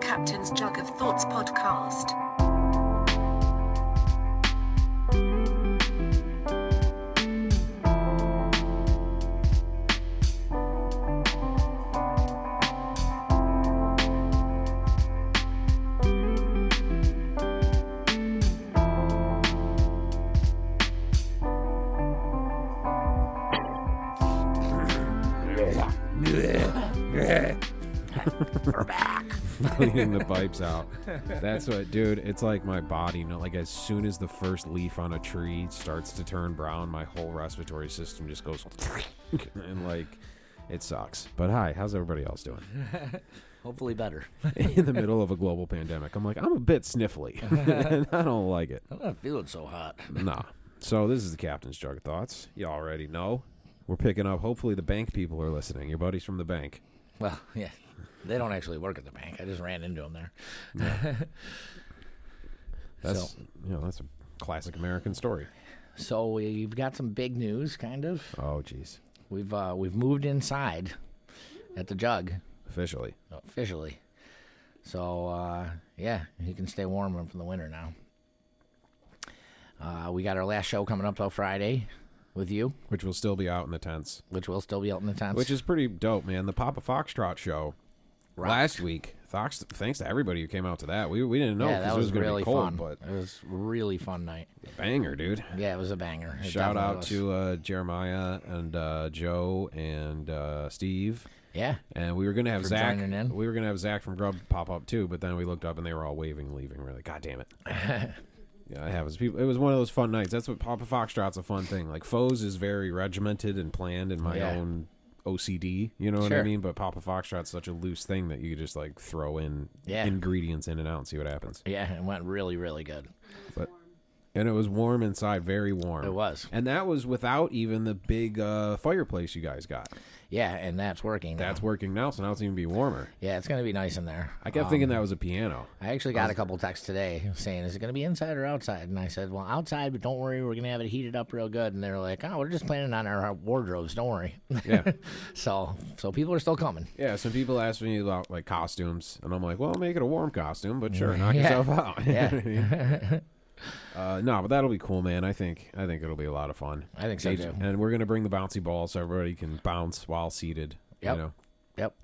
Captain's Jug of Thoughts podcast. cleaning the pipes out. That's what, dude. It's like my body, you know, like as soon as the first leaf on a tree starts to turn brown, my whole respiratory system just goes and like it sucks. But hi, how's everybody else doing? Hopefully better. In the middle of a global pandemic, I'm like, I'm a bit sniffly. and I don't like it. I'm not feeling so hot. Nah. So this is the captain's jug of thoughts. You already know. We're picking up. Hopefully, the bank people are listening. Your buddies from the bank. Well, yeah, they don't actually work at the bank. I just ran into them there. That's So- you know that's a classic American story. So we've got some big news, kind of. Oh, jeez. We've uh, we've moved inside at the jug Officially. officially. So uh, yeah, you can stay warm from the winter now. Uh, we got our last show coming up till Friday with you, which will still be out in the tents, which will still be out in the tents. which is pretty dope, man. The Papa Foxtrot show Rocked. last week. Fox, thanks to everybody who came out to that. We, we didn't know yeah, because that it was, was going to really be cold, fun. but It was really fun night. banger, dude. Yeah, it was a banger. It Shout definitely out was. to uh, Jeremiah and uh, Joe and uh, Steve. yeah. And we were gonna have For Zach. joining in. We were gonna have Zach from Grub pop up too, but then we looked up and they were all waving, and leaving. We're like, God damn it! yeah, it happens. People, it was one of those fun nights. That's what Papa Foxtrot's a fun thing. Like Foes is very regimented and planned in my Yeah. own OCD. You know what I Sure. mean? But Papa Foxtrot's such a loose thing that you could just like throw in Yeah. ingredients in and out and see what happens. Yeah, it went really, really good. But and it was warm inside, very warm. It was. and that was without even the big uh, fireplace you guys got. Yeah, and that's working. now. That's working now, so now it's even be warmer. yeah, it's gonna be nice in there. I kept Um, thinking that was a piano. I actually got a couple texts today saying, "Is it gonna be inside or outside?" And I said, "Well, outside, but don't worry, we're gonna have it heated up real good." And they're like, "Oh, we're just planning on our wardrobes. Don't worry." Yeah. so, so people are still coming. Yeah, some people ask me about like costumes, and I'm like, well, make it a warm costume, but sure, knock Yeah. yourself out. You know Yeah. what I mean? uh, no, but that'll be cool, man. I think I think it'll be a lot of fun. I think so, Age- too. And we're gonna bring the bouncy ball so everybody can bounce while seated. Yep. You know, Yep.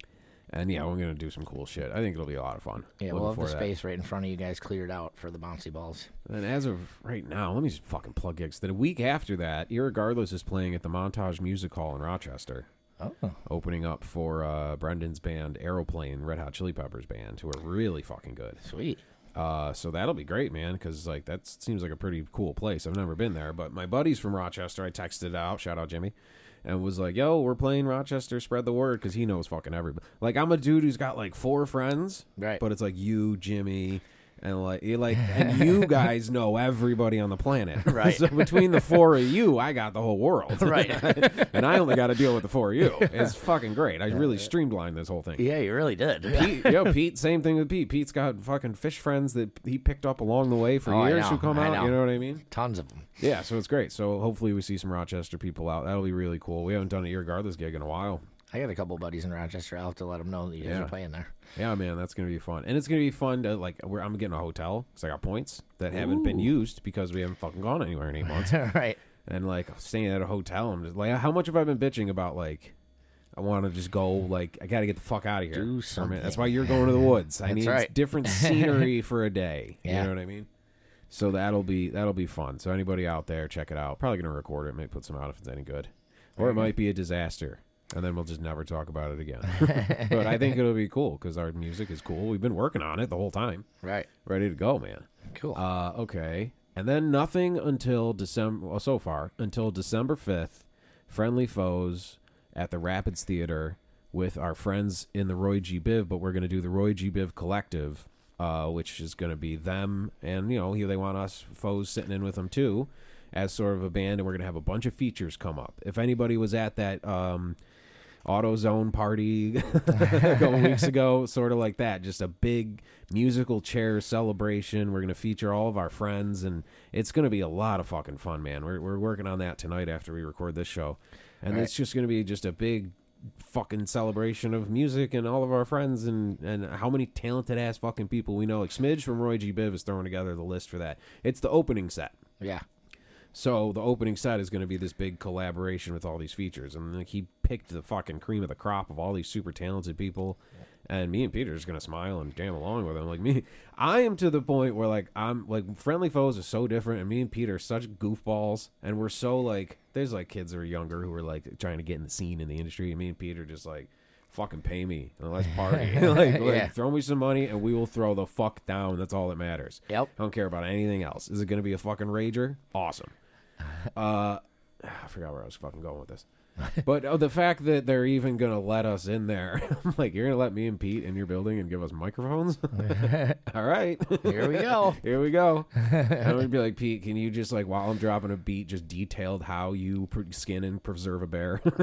and yeah, we're gonna do some cool shit. I think it'll be a lot of fun. Yeah, Looking we'll have the for that. space right in front of you guys cleared out for the bouncy balls. And as of right now, let me just fucking plug gigs. That a week after that, Irregardless is playing at the Montage Music Hall in Rochester. Oh, Opening up for uh, Brendan's band Aeroplane, Red Hot Chili Peppers band, who are really fucking good. sweet. Uh, so that'll be great, man. Because like that seems like a pretty cool place. I've never been there, but my buddies from Rochester, I texted it out. Shout out Jimmy, and was like, "Yo, we're playing Rochester. Spread the word," because he knows fucking everybody. Like I'm a dude who's got like four friends, Right. But it's like you, Jimmy. And like, you like, and you guys know everybody on the planet, Right. So between the four of you, I got the whole world, Right. and I only got to deal with the four of you. It's fucking great. I really streamlined this whole thing. Yeah, you really did. Pete, yo, Pete, same thing with Pete. Pete's got fucking fish friends that he picked up along the way for Oh, I years who know, come I out. know. You know what I mean? Tons of them. Yeah, so it's great. So hopefully we see some Rochester people out. That'll be really cool. We haven't done an irregardless gig in a while. I got a couple buddies in Rochester. I'll have to let them know that you guys Yeah. are playing there. Yeah, man, that's gonna be fun, and it's gonna be fun to like. Where I'm getting a hotel because I got points that haven't been used because we haven't fucking gone anywhere in eight months. right. and like staying at a hotel, I'm just like, how much have I been bitching about like? I want to just go. Like, I got to get the fuck out of Do here. for a minute. something. That's why you're going to the woods. I That's need right. different scenery for a day. You Yeah. know what I mean? So that'll be that'll be fun. So anybody out there, check it out. Probably gonna record it. Maybe put some out if it's any good, or it might be a disaster, and then we'll just never talk about it again. but I think it'll be cool because our music is cool. We've been working on it the whole time, Right. ready to go, man. Cool. Uh, okay. And then nothing until December, well, so far, until December 5th, Friendly Foes at the Rapids Theater with our friends in the Roy G. Biv, but we're going to do the Roy G. Biv Collective, uh, which is going to be them and, you know, here they want us foes sitting in with them too as sort of a band, and we're going to have a bunch of features come up. If anybody was at that, um, AutoZone party a couple weeks ago, sort of like that. Just a big musical chair celebration. We're going to feature all of our friends, and it's going to be a lot of fucking fun, man. We're, we're working on that tonight after we record this show, and it's just going to be just a big fucking celebration of music and all of our friends and, and how many talented ass fucking people we know. Like Smidge from Roy G. Biv is throwing together the list for that. It's the opening set. Yeah. So the opening set is going to be this big collaboration with all these features, and like he picked the fucking cream of the crop of all these super talented people, and me and Peter are just going to smile and jam along with him. Like me, I am to the point where like I'm like friendly foes are so different, and me and Peter are such goofballs, and we're so like there's like kids that are younger who are like trying to get in the scene in the industry, and me and Peter just like fucking pay me and let's party, like, like Yeah. throw me some money and we will throw the fuck down. That's all that matters. Yep. I don't care about anything else. Is it going to be a fucking rager? Awesome. Uh, I forgot where I was fucking going with this. But oh, the fact that they're even going to let us in there, I'm like, you're going to let me and Pete in your building and give us microphones? all right. Here we go. Here we go. And I'm gonna be like, Pete, can you just like while I'm dropping a beat, just detailed how you pr- skin and preserve a bear?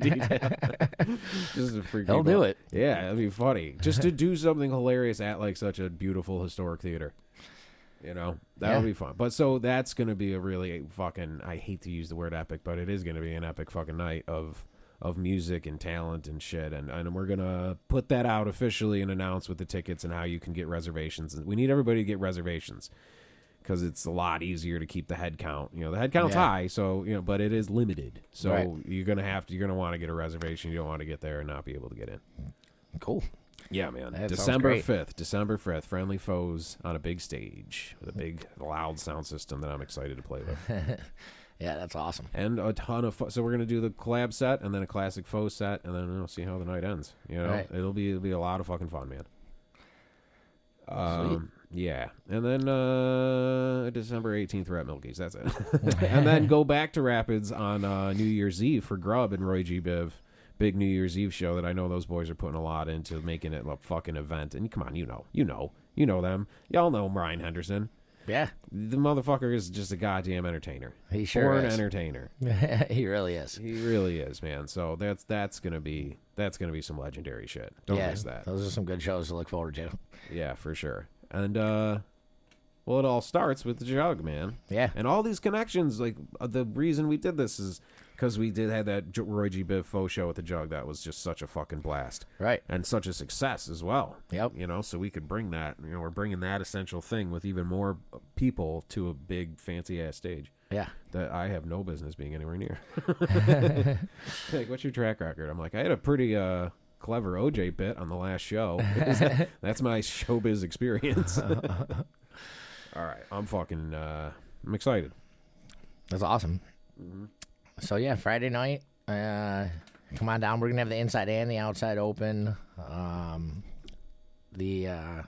detail. just to freak He'll people do out. it. Yeah, it'd be funny just to do something hilarious at like such a beautiful historic theater. You know that would Yeah. be fun. But so that's gonna be a really fucking. I hate to use the word epic, but it is gonna be an epic fucking night of of music and talent and shit and, and we're gonna put that out officially and announce with the tickets and how you can get reservations and we need everybody to get reservations because it's a lot easier to keep the head count you know the head count's Yeah. high so you know but it is limited so Right. you're gonna have to you're gonna want to get a reservation you don't want to get there and not be able to get in Cool. yeah, man. That sounds December great. fifth, December fifth, friendly foes on a big stage with a big loud sound system that I'm excited to play with, Yeah, that's awesome. and a ton of. Fo- so we're gonna do the collab set, and then a classic foes set, and then we'll see how the night ends. You know, Right. it'll be it'll be a lot of fucking fun, man. Um, yeah, and then uh, December eighteenth, we're at Milky's. That's it, and then go back to Rapids on uh, New Year's Eve for Grub and Roy G. Biv, big New Year's Eve show that I know those boys are putting a lot into making it a fucking event. And come on, you know, you know, you know them. Y'all know Ryan Henderson. Yeah, The motherfucker is just a goddamn entertainer. He sure Born is. entertainer. he really is. He really is, man. So that's that's gonna be that's gonna be some legendary shit. Don't yeah, Oh. miss that. those are some good shows to look forward to. Yeah, for sure. And uh well, it all starts with the jug, man. Yeah. And all these connections, like uh, the reason we did this is because we did have that J- Roy G. Biv faux show at the jug. That was just such a fucking blast, Right. And such a success as well. Yep. You know, so we could bring that. You know, we're bringing that essential thing with even more people to a big fancy ass stage Yeah, that I have no business being anywhere near. like, what's your track record? I'm like, I had a pretty uh, clever OJ bit on the last show. That's my showbiz experience. All right, I'm fucking. Uh, I'm excited. that's awesome. So yeah, Friday night. Uh, come on down. We're gonna have the inside and the outside open. Um, the uh,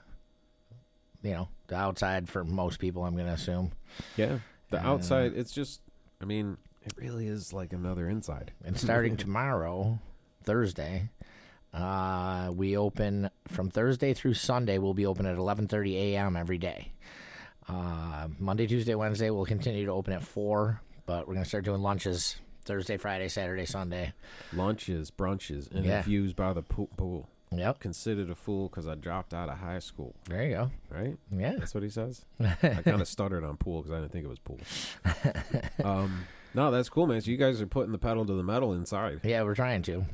you know the outside for most people. I'm gonna assume Yeah, the outside. It's just. I mean, it really is like another inside. and starting tomorrow, Thursday, uh, we open from Thursday through Sunday. We'll be open at 11:30 a.m. every day. Uh, Monday, Tuesday, Wednesday, we'll continue to open at four, but we're gonna start doing lunches Thursday, Friday, Saturday, Sunday. Lunches, brunches, and Yeah. infused by the pool. pool. Yep, Considered a fool because I dropped out of high school. there you go. Right. Yeah, That's what he says. I kind of stuttered on pool because I didn't think it was pool. um, no, that's cool, man. So you guys are putting the pedal to the metal inside. yeah, we're trying to.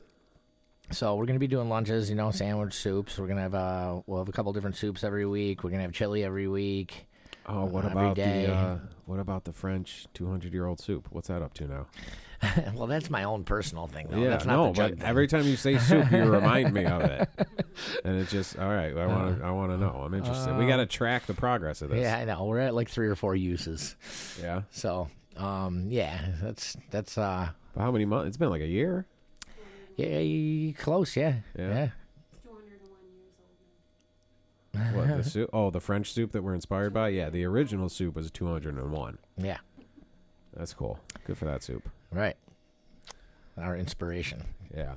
So we're gonna be doing lunches, you know, sandwich soups. We're gonna have uh, we'll have a couple different soups every week. We're gonna have chili every week. Oh, what Every about day. the uh, what about the French two hundred year old soup? What's that up to now? well, that's my own personal thing, though. yeah, that's not no, the jug but thing. every time you say soup, you remind me of it, and it's just all right. I want to, I want to know. I'm interested. we got to track the progress of this. Uh, Yeah, I know. We're at like three or four uses. yeah. So, um, yeah, that's that's uh, But how many months? It's been like a year. yeah, close. Yeah, Yeah. yeah. What the soup? Oh, the French soup that we're inspired by. Yeah, the original soup was two hundred and one. Yeah. That's cool. Good for that soup. Right. Our inspiration. Yeah.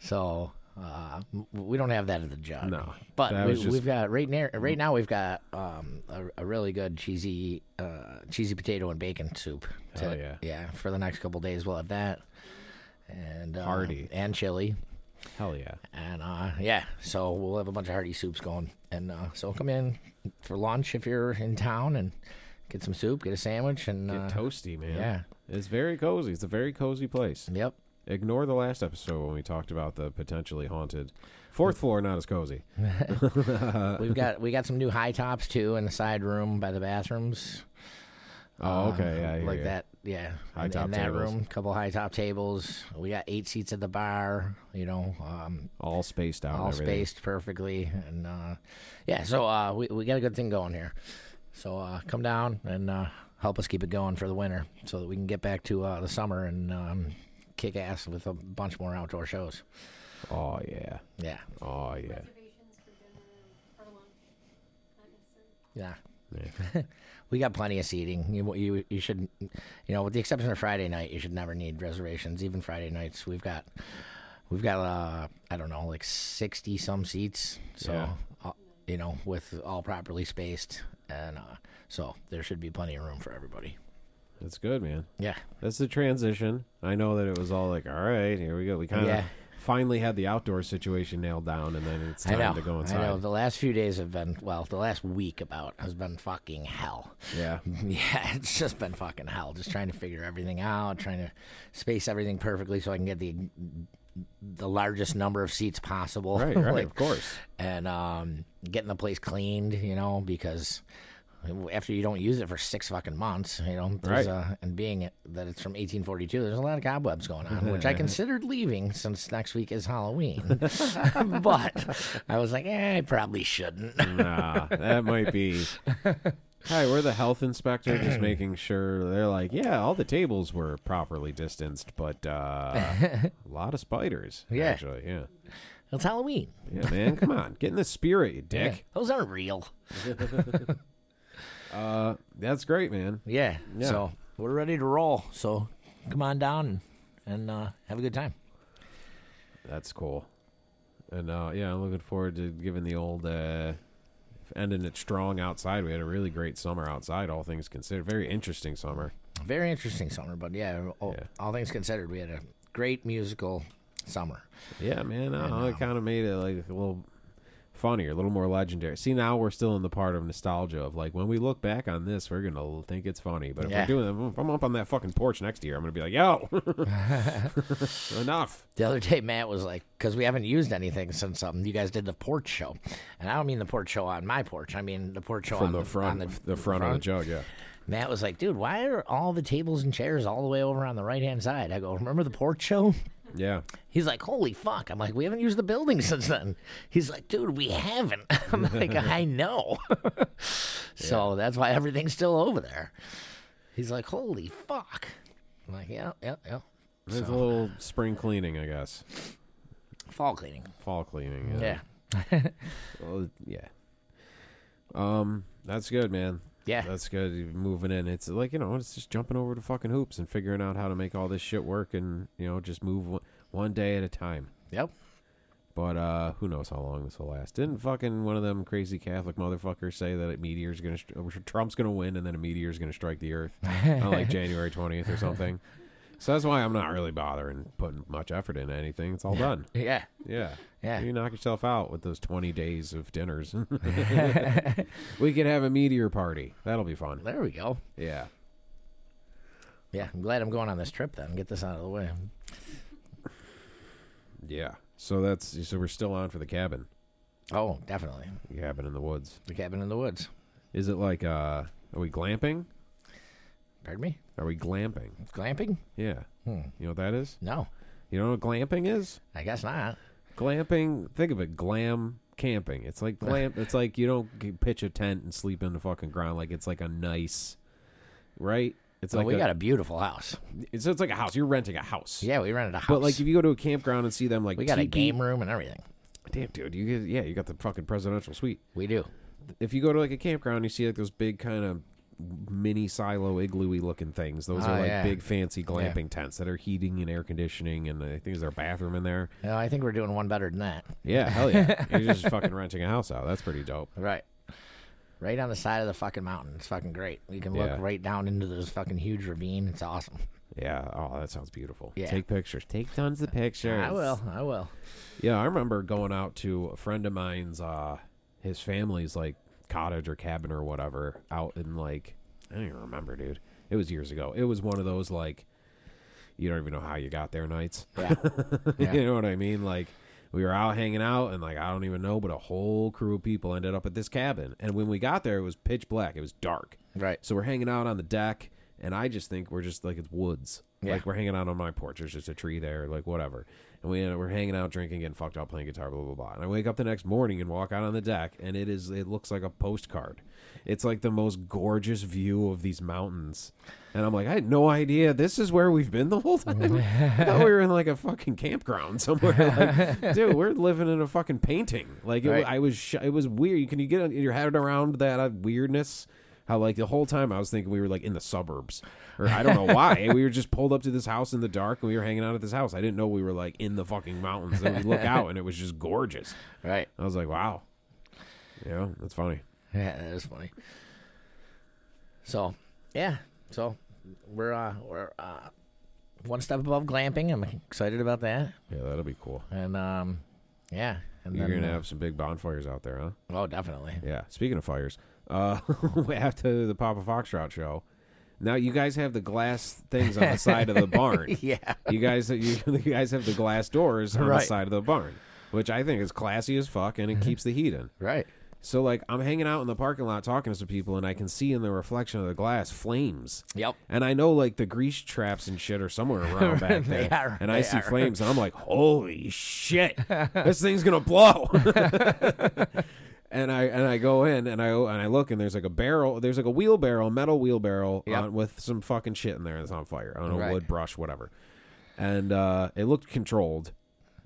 So uh, m- we don't have that at the job. No, that but we, was just- Mm. we've got right now. Right now, we've got um, a, a really good cheesy uh, cheesy potato and bacon soup. Hell Oh, yeah. Yeah. For the next couple days, we'll have that. And uh, Hearty. and chili. Hell yeah. And uh, yeah, so we'll have a bunch of hearty soups going. And uh, so come in for lunch if you're in town and get some soup, get a sandwich, and Get uh, toasty, man. yeah. It's very cozy. It's a very cozy place. yep, Ignore the last episode when we talked about the potentially haunted fourth floor, not as cozy. We've got we got some new high tops too in the side room by the bathrooms. Oh, Uh, okay, yeah, I hear like ya. that. Yeah, High in, top in that tables. room, couple high top tables. We got eight seats at the bar. You know, um, All spaced out. and all everything. spaced perfectly, and uh, yeah. So uh, we we got a good thing going here. So uh, come down and uh, help us keep it going for the winter, so that we can get back to uh, the summer and um, kick ass with a bunch more outdoor shows. Oh yeah. Yeah, Oh yeah. reservations for dinner or lunch. Not necessarily. yeah. Yeah. We got plenty of seating. You, you you should, you know, with the exception of Friday night, you should never need reservations. Even Friday nights, we've got, we've got uh, I don't know, like sixty some seats. So, Yeah. uh, you know, with all properly spaced, and uh, so there should be plenty of room for everybody. That's good, man. Yeah, That's the transition. I know that it was all like, all right, here we go. We kind of Yeah. finally had the outdoor situation nailed down, and then it's I time know. to go inside. I know. The last few days have been well. The last week about has been fucking hell. Yeah. Yeah, it's just been fucking hell. Just trying to figure everything out, trying to space everything perfectly so I can get the the largest number of seats possible. Right, right, Like, of course. And um, getting the place cleaned, you know, because after you don't use it for six fucking months, you know, there's, Right. uh, and being it- that it's from 1842, there's a lot of cobwebs going on, which I considered leaving since next week is Halloween. but I was like, eh, I probably shouldn't. Nah, that might be. Hi, we're the health inspector, just making sure they're like, yeah, all the tables were properly distanced, but uh, a lot of spiders. Yeah. actually, yeah, It's Halloween. yeah, man, come on, get in the spirit, you Yeah, dick. those aren't real. Uh, that's great, man. Yeah. Yeah. So we're ready to roll. So come on down and uh, have a good time. That's cool. And uh, yeah, I'm looking forward to giving the old uh, ending it strong outside. We had a really great summer outside, all things considered. Very interesting summer. Very interesting summer, but yeah, all, Yeah. all things considered, we had a great musical summer. Yeah, man. I, don't know. It kind of made it like a little funnier, a little more legendary. See, now we're still in the part of nostalgia of like when we look back on this, we're gonna l- think it's funny. But if Yeah. we're doing, if I'm up on that fucking porch next year, I'm gonna be like, yo, enough. The other day, Matt was like, because we haven't used anything since um, you guys did the porch show, and I don't mean the porch show on my porch. I mean the porch show From on the front, on the, front, of the jug, yeah. Matt was like, "Dude, why are all the tables and chairs all the way over on the right hand side?" I go, "Remember the porch show?" Yeah, He's like, holy fuck. I'm like, we haven't used the building since then. He's like, dude, we haven't. I'm like, I know. so that's why everything's still over there. He's like, holy fuck. I'm like, yeah, yeah, yeah. it's a little spring cleaning, I guess, Fall cleaning. fall cleaning. Yeah. Well, yeah. Um, that's good, man. Yeah. that's good. You're Moving in, it's like you know, it's just jumping over to fucking hoops and figuring out how to make all this shit work, and you know, just move one, one day at a time. Yep. But uh, who knows how long this will last? Didn't fucking one of them crazy Catholic motherfuckers say that a meteor's gonna str- or Trump's gonna win and then a meteor's gonna strike the Earth on like January twentieth or something? So that's why I'm not really bothering putting much effort into anything. It's all done. Yeah. Yeah. Yeah. You knock yourself out with those 20 days of dinners. we could have a meteor party. That'll be fun. There we go. Yeah. Yeah. I'm glad I'm going on this trip then. Get this out of the way. Yeah. So that's so we're still on for the cabin. Oh, definitely. The cabin in the woods. The cabin in the woods. Is it like uh are we glamping? Pardon me? Are we glamping? Glamping? Yeah. Hmm. You know what that is? No, You know what glamping is? I guess not. Glamping, think of it, glam camping. It's like glam it's like you don't g- pitch a tent and sleep in the fucking ground like it's like a nice right? It's So like we a, got a beautiful house. it's, it's like a house. You're renting a house. Yeah, we rented a house. But like, if you go to a campground and see them, like we got a teepee- game room and everything. Damn, dude, you get yeah, you got the fucking presidential suite. We do. If you go to like a campground, you see like those big kind of mini silo igloo looking things. Those Oh, are like yeah. big fancy glamping tents that are heating and air conditioning, and I think there's a bathroom in there. No, I think we're doing one better than that. Yeah, hell yeah, you're just fucking renting a house out. That's pretty dope. Right. Right on the side of the fucking mountain. It's fucking great. You can look Yeah. right down into this fucking huge ravine. It's awesome. Yeah, oh, that sounds beautiful. Yeah. Take pictures. Take tons of pictures. I will. I will. Yeah, I remember going out to a friend of mine's uh his family's like cottage or cabin or whatever out in like I don't even remember, dude. It was years ago. It was one of those like you don't even know how you got there nights. Yeah. Yeah. you know what I mean? Like we were out hanging out and like I don't even know, but a whole crew of people ended up at this cabin. And when we got there it was pitch black. It was dark. Right. So we're hanging out on the deck and I just think we're just like it's woods. Yeah. Like we're hanging out on my porch. There's just a tree there, like whatever. And we we're hanging out, drinking, getting fucked up, playing guitar, blah blah blah. And I wake up the next morning and walk out on the deck, and it is it looks like a postcard. It's like the most gorgeous view of these mountains, and I'm like, I had no idea this is where we've been the whole time. I thought we were in like a fucking campground somewhere. Like, dude, we're living in a fucking painting. Like it, Right. I was, sh- it was weird. You Can you get your head around that uh, weirdness? How like the whole time I was thinking we were like in the suburbs, or I don't know why we were just pulled up to this house in the dark and we were hanging out at this house. I didn't know we were like in the fucking mountains. And we look out and it was just gorgeous. Right. I was like, wow, yeah, that's funny. Yeah, that is funny. So, yeah. So, we're uh we're uh one step above glamping. I'm excited about that. Yeah, that'll be cool. And um yeah, and You're then gonna uh, have some big bonfires out there, huh? Oh, definitely. Yeah. Speaking of fires, uh, after the Papa Foxtrot show, now you guys have the glass things on the side of the barn. Yeah. You guys, you, you guys have the glass doors on the Right. side of the barn, which I think is classy as fuck, and it keeps the heat in. Right. So, like, I'm hanging out in the parking lot talking to some people, and I can see in the reflection of the glass flames. Yep. And I know like the grease traps and shit are somewhere around back They there, are, and I they see are. flames, and I'm like, "Holy shit, this thing's gonna blow!" and I and I go in and I and I look, and there's like a barrel, there's like a wheelbarrow, metal wheelbarrow Yep. on, with some fucking shit in there that's on fire. I don't know, Right. wood, brush, whatever. And uh, it looked controlled,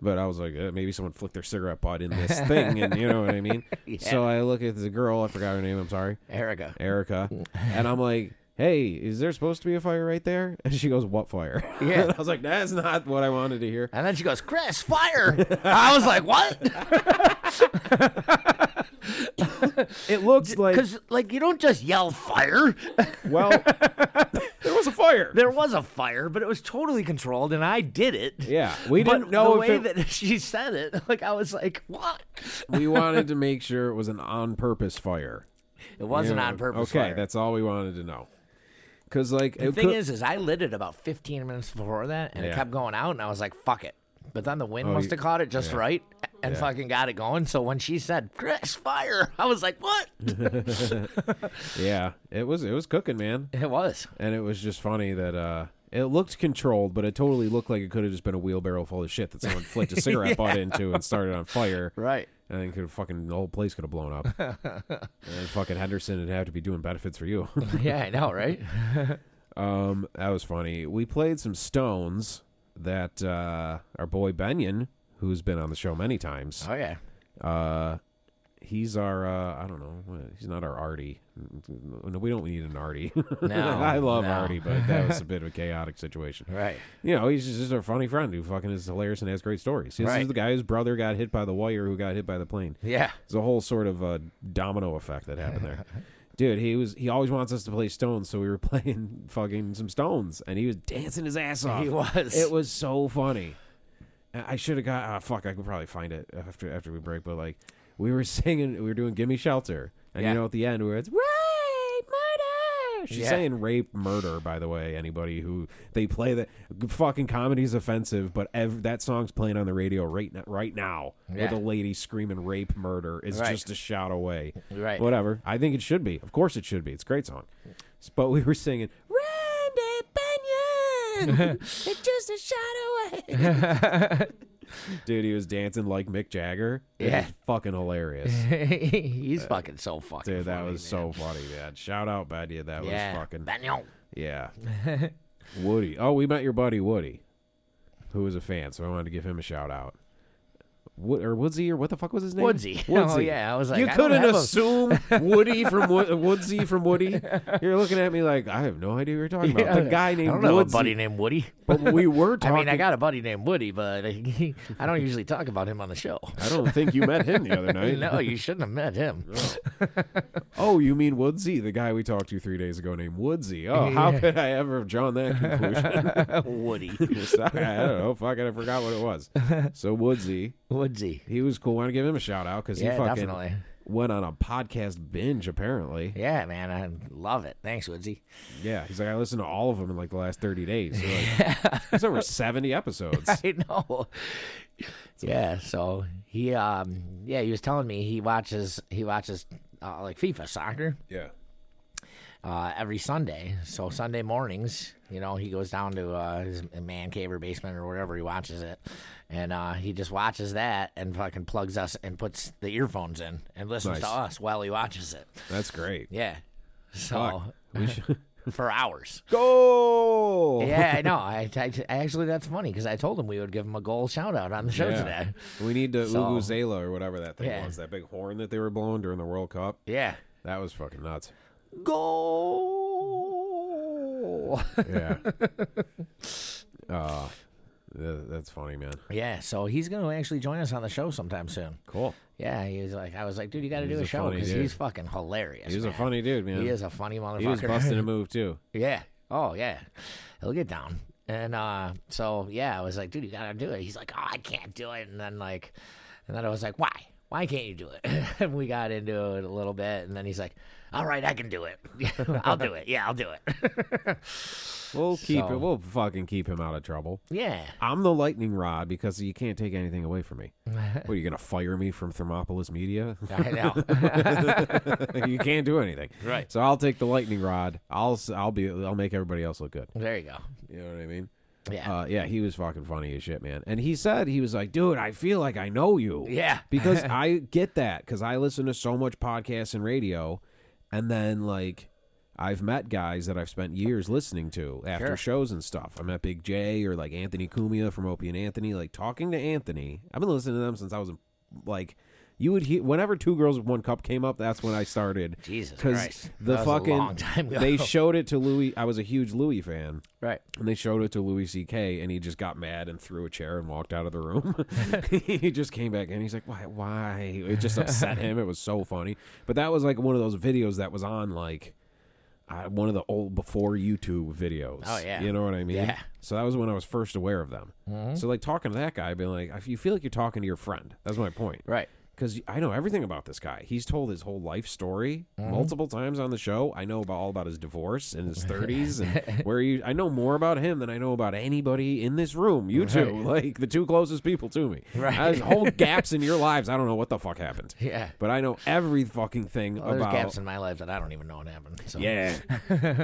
but I was like, eh, maybe someone flicked their cigarette butt in this thing, and you know what I mean. So I look at the girl, I forgot her name. I'm sorry. Erica. Erica. And I'm like, hey, is there supposed to be a fire right there? And she goes, what fire? Yeah. and I was like, that's not what I wanted to hear. And then she goes, "Chris, fire!" I was like, "What?" It looks like, Because like you don't just yell fire. well, there was a fire. There was a fire, but it was totally controlled, and I did it. Yeah, we But didn't know the if way it- that she said it. Like I was like, "What?" we wanted to make sure it was an on purpose fire. It wasn't You know, on purpose. Okay, fire. that's all we wanted to know. Because, like, The it thing could- is, is I lit it about 15 minutes before that, and Yeah. it kept going out, and I was like, "Fuck it." But then the wind Oh, must you- have caught it just yeah. right, and Yeah. fucking got it going. So when she said, "Chris, fire," I was like, "What?" yeah, it was, it was cooking, man. it was. And it was just funny that, uh, it looked controlled, but it totally looked like it could have just been a wheelbarrow full of shit that someone flicked a cigarette butt into and started on fire. Right. And then could fucking the whole place could have blown up. and then fucking Henderson would have to be doing benefits for you. Yeah, I know, right? um, that was funny. We played some Stones that uh, our boy Benyon, who's been on the show many times, oh yeah. uh, he's our uh, I don't know, what- he's not our Artie. No, we don't need an Artie. No, I love no. Artie, but that was a bit of a chaotic situation. Right. You know, he's just, just a funny friend who fucking is hilarious and has great stories. This Right. is the guy whose brother got hit by the wire, who got hit by the plane. Yeah. There's a whole sort of uh, domino effect that happened there. Dude, he was he always wants us to play Stones, so we were playing fucking some Stones, and he was dancing his ass off. He was. It was so funny. And I should have got ah fuck. I could probably find it after after we break, but like we were singing, we were doing "Gimme Shelter," and Yeah. you know at the end we were it's rape murder. She's Yeah. saying rape murder. By the way, anybody who they play that fucking comedy's offensive, but ev- that song's playing on the radio right now, right now Yeah. with a lady screaming rape murder is Right. just a shout away. Right. Whatever. I think it should be. Of course it should be. It's a great song. S- But we were singing Randy Bunyan. it's just a shot away. Dude, he was dancing like Mick Jagger. It Yeah. was fucking hilarious. He's fucking so fucking. Uh, Dude, that funny, was man. so funny, man. Shout out, Badia. That yeah. was fucking Daniel. yeah. Woody. Oh, we met your buddy Woody, who was a fan, so I wanted to give him a shout out. Wood, or Woodsy, or what the fuck was his name? Woodsy. Oh, yeah, I was like, you I don't couldn't have a- assume Woody from Wo- Woodsy from Woody. You're looking at me like I have no idea what you're talking about. the guy named I don't have Woodsy. a buddy named Woody. But we were I talking. mean, I got a buddy named Woody, but uh, I don't usually talk about him on the show. I don't think you met him the other night. No, you shouldn't have met him. Oh, you mean Woodsy, the guy we talked to three days ago named Woodsy. Oh, how could I ever have drawn that conclusion? Oh, Woody. Sorry, I don't know. Fucking, I forgot what it was. So Woodsy, Woodsy. he was cool. Want to give him a shout out because Yeah, he fucking definitely. went on a podcast binge apparently. Yeah, man, I love it. Thanks, Woodsy. Yeah, he's like I listened to all of them in like the last thirty days. So like, There's over seventy episodes. I know. Yeah, so he um yeah, he was telling me he watches he watches uh, like FIFA soccer Yeah, uh, every Sunday. So Sunday mornings, you know, he goes down to uh, his man cave or basement or wherever he watches it, and uh, he just watches that and fucking plugs us and puts the earphones in and listens to Nice. us while he watches it. that's great. Yeah, so Fuck. We should for hours. goal. Yeah, I know. I, I actually that's funny because I told him we would give him a goal shout out on the show Yeah. today. We need to So- Uguzela or whatever that thing Yeah. was, that big horn that they were blowing during the World Cup. Yeah, That was fucking nuts. goal. Yeah. uh, th- that's funny, man. yeah, so he's going to actually join us on the show sometime soon. Cool. Yeah, he was like, I was like, dude, you got to do He's a a show funny because dude. he's fucking hilarious. He's a man. funny dude, man. He is a funny motherfucker. He was busting a move too. yeah. Oh yeah, he'll get down. And uh, so yeah, I was like, dude, you got to do it. He's like, oh, I can't do it. And then like, and then I was like, why? Why can't you do it? and we got into it a little bit, and then he's like, all right, I can do it. I'll do it. Yeah, I'll do it. We'll keep So- it. We'll fucking keep him out of trouble. yeah. I'm the lightning rod because you can't take anything away from me. what are you gonna fire me from Thermopolis Media? I know. you can't do anything. Right. So I'll take the lightning rod. I'll s- I'll be I'll make everybody else look good. There you go. You know what I mean? Yeah. Uh, yeah, he was fucking funny as shit, man. And he said he was like, dude, I feel like I know you. yeah. because I get that because I listen to so much podcasts and radio, and then like I've met guys that I've spent years listening to after Sure. shows and stuff. I met Big J or like Anthony Cumia from Opie and Anthony. Like talking to Anthony, I've been listening to them since I was like. You would hear whenever two girls with one cup came up. That's when I started. Jesus because Christ. the That was a fucking long time ago. they showed it to Louis. I was a huge Louis fan, Right. and they showed it to Louis C.K. and he just got mad and threw a chair and walked out of the room. he just came back and he's like, "Why? Why?" It just upset him. It was so funny. But that was like one of those videos that was on like uh, one of the old before YouTube videos. Oh, yeah. you know what I mean? Yeah. Mm-hmm. So that was when I was first aware of them. So like talking to that guy, being like, I f- you feel like you're talking to your friend. That's my point Right. because I know everything about this guy. He's told his whole life story Mm-hmm. multiple times on the show. I know about all about his divorce and his thirties and where he. I know more about him than I know about anybody in this room. You two, like the two closest people to me. Right. There's whole gaps in your lives. I don't know what the fuck happened. Yeah. But I know every fucking thing Well, there's about. gaps in my life that I don't even know what happened. So. yeah,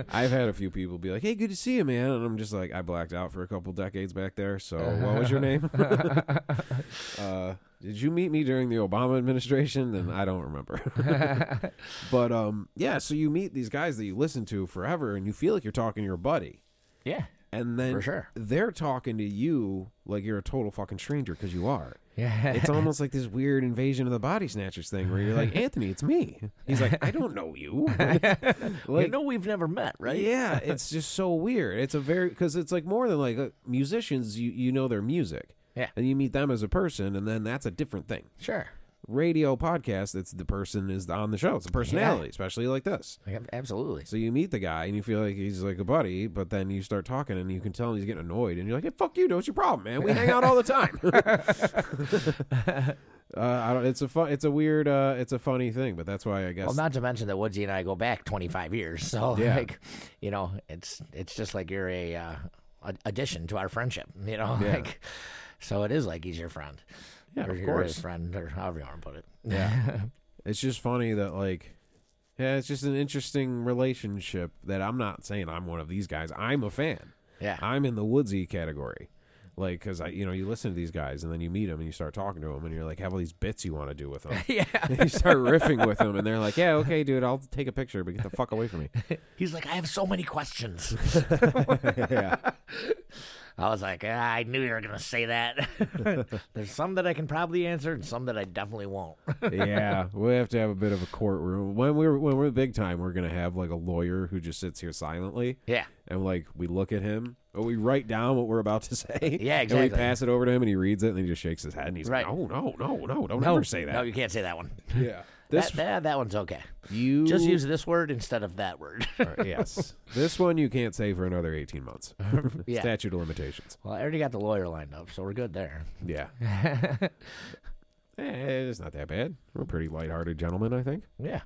I've had a few people be like, "Hey, good to see you, man," and I'm just like, "I blacked out for a couple decades back there." So, what was your name? uh, did you meet me during the Obama administration? Then I don't remember. but um, yeah, so you meet these guys that you listen to forever, and you feel like you're talking to your buddy, Yeah. and then For sure. they're talking to you like you're a total fucking stranger because you are. Yeah. It's almost like this weird invasion of the body snatchers thing where you're like, Anthony, it's me. He's like, I don't know you. you know we've never met, right? Yeah, it's just so weird. It's a very because it's like more than like uh, musicians. You you know their music. Yeah. and you meet them as a person, and then that's a different thing. Sure. Radio podcast, it's the person is on the show. It's a personality, especially like this. Like, ab- Absolutely. So you meet the guy and you feel like he's like a buddy, but then you start talking and you can tell he's getting annoyed, and you're like, "Hey, fuck you, dude! It's your problem, man? We hang out all the time." uh, I don't. It's a fun. It's a weird. Uh, it's a funny thing, but that's why I guess. Well, not to mention that Woodsy and I go back 25 years. So, Yeah. like, you know, it's it's just like you're a uh, a- addition to our friendship. You know, Yeah. like, so it is like he's your friend. Yeah, or of you're course. His friend, or however you want to put it. Yeah. it's just funny that like yeah, it's just an interesting relationship that I'm not saying I'm one of these guys. I'm a fan. Yeah. I'm in the woodsy category. Like cuz I you know, you listen to these guys and then you meet them and you start talking to them and you're like have all these bits you want to do with them. yeah. And you start riffing with them and they're like, "Yeah, okay, dude, I'll take a picture, but get the fuck away from me." He's like, I have so many questions. yeah. I was like, "Ah, I knew you were gonna say that. There's some that I can probably answer, and some that I definitely won't. yeah, we have to have a bit of a courtroom. When we're when we're big time, we're going to have like a lawyer who just sits here silently. yeah, and like we look at him, but we write down what we're about to say. Yeah, And exactly. we pass it over to him, and he reads it, and he just shakes his head, and he's Right. like, "No, no, no, no! Don't ever say that." No, you can't say that one. yeah, this That, that that one's okay. you Just use this word instead of that word. Alright, yes, this one you can't say for another eighteen months. Yeah. Statute of limitations. well, I already got the lawyer lined up, so we're good there. Yeah. Eh, it's not that bad. We're pretty lighthearted gentlemen, I think. Yeah.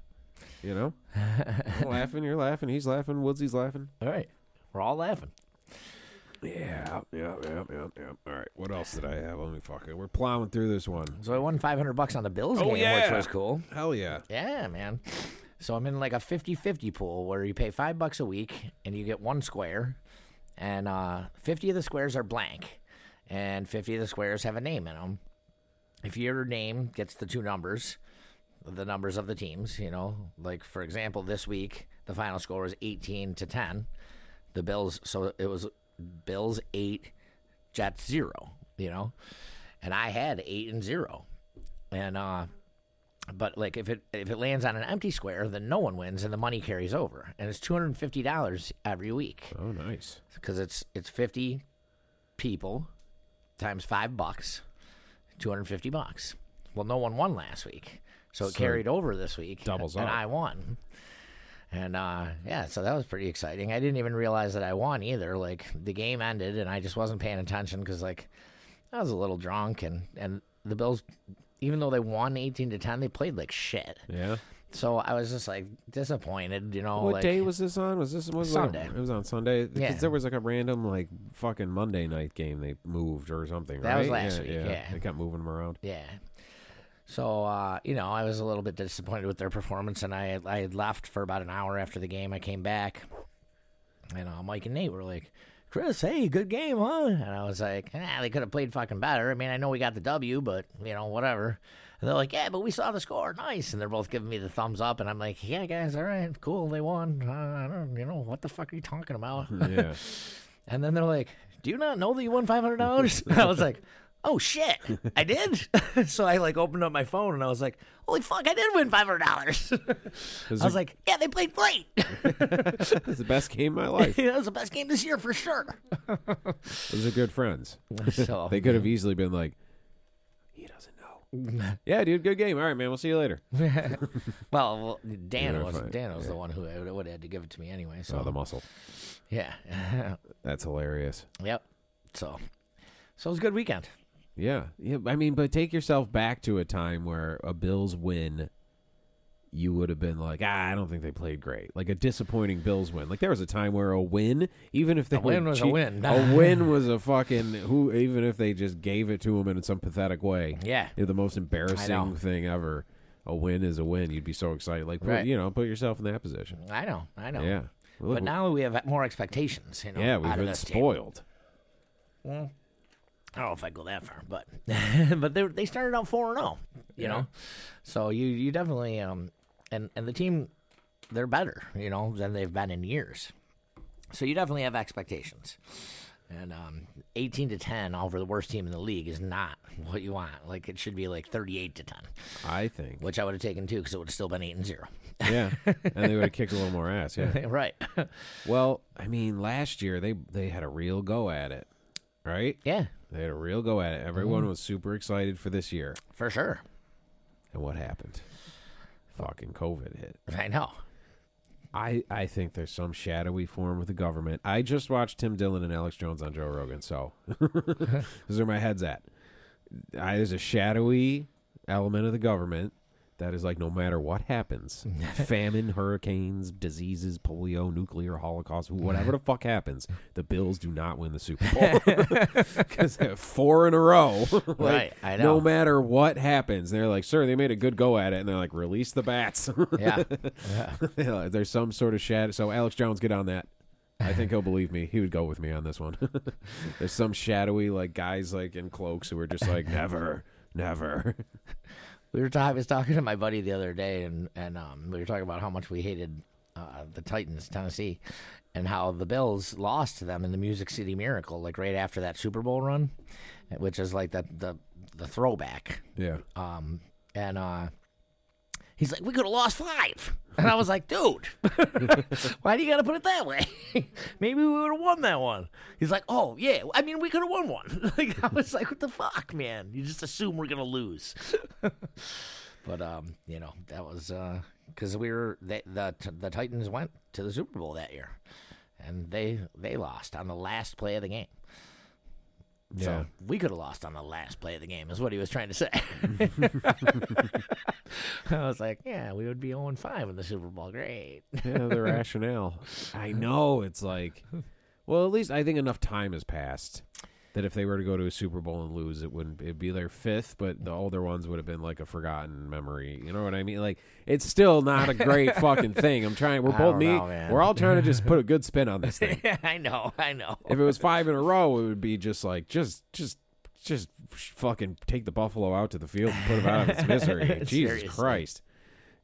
You know, I'm laughing, you're laughing, he's laughing, Woodsy's laughing. All right. We're all laughing. Yeah, yeah, yeah, yeah, yeah. All right, what else did I have? Let me fuck it. We're plowing through this one. So I won 500 bucks on the Bills Oh, game, which yeah. was cool. Hell yeah. Yeah, man. So I'm in like a 50-50 pool where you pay 5 bucks a week and you get one square and uh 50 of the squares are blank and 50 of the squares have a name in them. If your name gets the two numbers, the numbers of the teams, you know, like for example this week the final score was 18 to 10. The Bills so it was Bills 8 Jets 0, you know. And I had 8 and 0. And uh but like if it if it lands on an empty square, then no one wins and the money carries over, and it's two hundred and fifty dollars every week Oh, nice. because it's it's fifty people times five bucks, two hundred and fifty bucks. Well, no one won last week, so it So carried over this week. doubles and up. I won. And uh, yeah, so that was pretty exciting. I didn't even realize that I won either. Like the game ended, and I just wasn't paying attention because like I was a little drunk, and and the Bills, even though they won eighteen to ten, they played like shit. Yeah. So I was just like disappointed, you know. what like, day was this on? Was this was it on- Sunday. it was on Sunday. Because Yeah. there was like a random like fucking Monday night game they moved or something. That was right? last week, yeah. they kept moving them around. Yeah. So uh, you know, I was a little bit disappointed with their performance, and I had, I had left for about an hour after the game. I came back, and uh, Mike and Nate were like, "Chris, hey, good game, huh?" And I was like, "Ah, they could have played fucking better. I mean, I know we got the W, but you know, whatever." And they're like, "Yeah, but we saw the score, nice." And they're both giving me the thumbs up, and I'm like, "Yeah, guys, all right, cool, they won. Uh, I don't, you know, what the fuck are you talking about?" Yeah. And then they're like, "Do you not know that you won five hundred dollars?" I was like, "Oh shit, I did!" so I like opened up my phone and I was like, "Holy fuck, I did win five hundred dollars!" I was like, "Yeah, they played great. It's the best game of my life. that was the best game this year for sure." Those are good friends. So They could have easily been like, he doesn't know. yeah, dude, good game. All right, man, we'll see you later. well, well, Dan You're was fine. Dan was the one who would have had to give it to me anyway. So Oh, the muscle. yeah, That's hilarious. yep. So so it was a good weekend. Yeah. Yeah. I mean, but take yourself back to a time where a Bills win, you would have been like, ah, I don't think they played great. Like a disappointing Bills win. Like there was a time where a win, even if they were win was a cheap- win. a win was a fucking who. Even if they just gave it to him in some pathetic way. Yeah. You know, the most embarrassing know. thing ever. A win is a win. You'd be so excited. Like put- Right. you know, put yourself in that position. I know, I know. Yeah. Well, look, But now we have more expectations. You know, yeah, we've out of been this team. spoiled. I don't know if I go that far, but but they they started out four and zero, you know, so you you definitely um and and the team they're better, you know, than they've been in years, so you definitely have expectations, and um eighteen to ten over the worst team in the league is not what you want. Like it should be like thirty eight to ten, I think. which I would have taken too because it would have still been eight and zero. Yeah. and they would have kicked a little more ass. Yeah. right? Well, I mean, last year they they had a real go at it, right? yeah, They had a real go at it. Everyone was super excited for this year, for sure. and what happened? Fucking COVID hit. I know. I I think there's some shadowy form with the government. I just watched Tim Dillon and Alex Jones on Joe Rogan, so this is where my head's at. I, there's a shadowy element of the government that is like no matter what happens, famine, hurricanes, diseases, polio, nuclear holocaust, whatever the fuck happens, the Bills do not win the Super Bowl because four in a row. like, Right, I No know. matter what happens, they're like, sir, they made a good go at it, and they're like, release the bats. Yeah, Yeah, there's some sort of shadow. So Alex Jones, get on that. I think he'll believe me. He would go with me on this one. there's some shadowy like guys like in cloaks who are just like never, never. We were talking. I was talking to my buddy the other day, and and um, we were talking about how much we hated uh, the Titans, Tennessee, and how the Bills lost to them in the Music City Miracle, like right after that Super Bowl run, which is like the the the throwback. Yeah, Um, and uh, he's like, we could have lost five, and I was like, dude, why do you got to put it that way? Maybe we would have won that one. He's like, oh yeah, I mean we could have won one. like I was like, what the fuck, man? You just assume we're gonna lose. But um, you know that was because we were they, the the Titans went to the Super Bowl that year, and they they lost on the last play of the game. Yeah. So we could have lost on the last play of the game, is what he was trying to say. I was like, yeah, we would be 0 5 in the Super Bowl. Great. yeah, the rationale. I know it's like, well, at least I think enough time has passed that if they were to go to a Super Bowl and lose, it wouldn't. It'd be their fifth, but the older ones would have been like a forgotten memory. You know what I mean? Like it's still not a great fucking thing. I'm trying. We're I both don't me. know, man. we're all trying to just put a good spin on this thing. I know. I know. if it was five in a row, it would be just like just just just fucking take the buffalo out to the field and put him out of its misery. Jesus Seriously. Christ.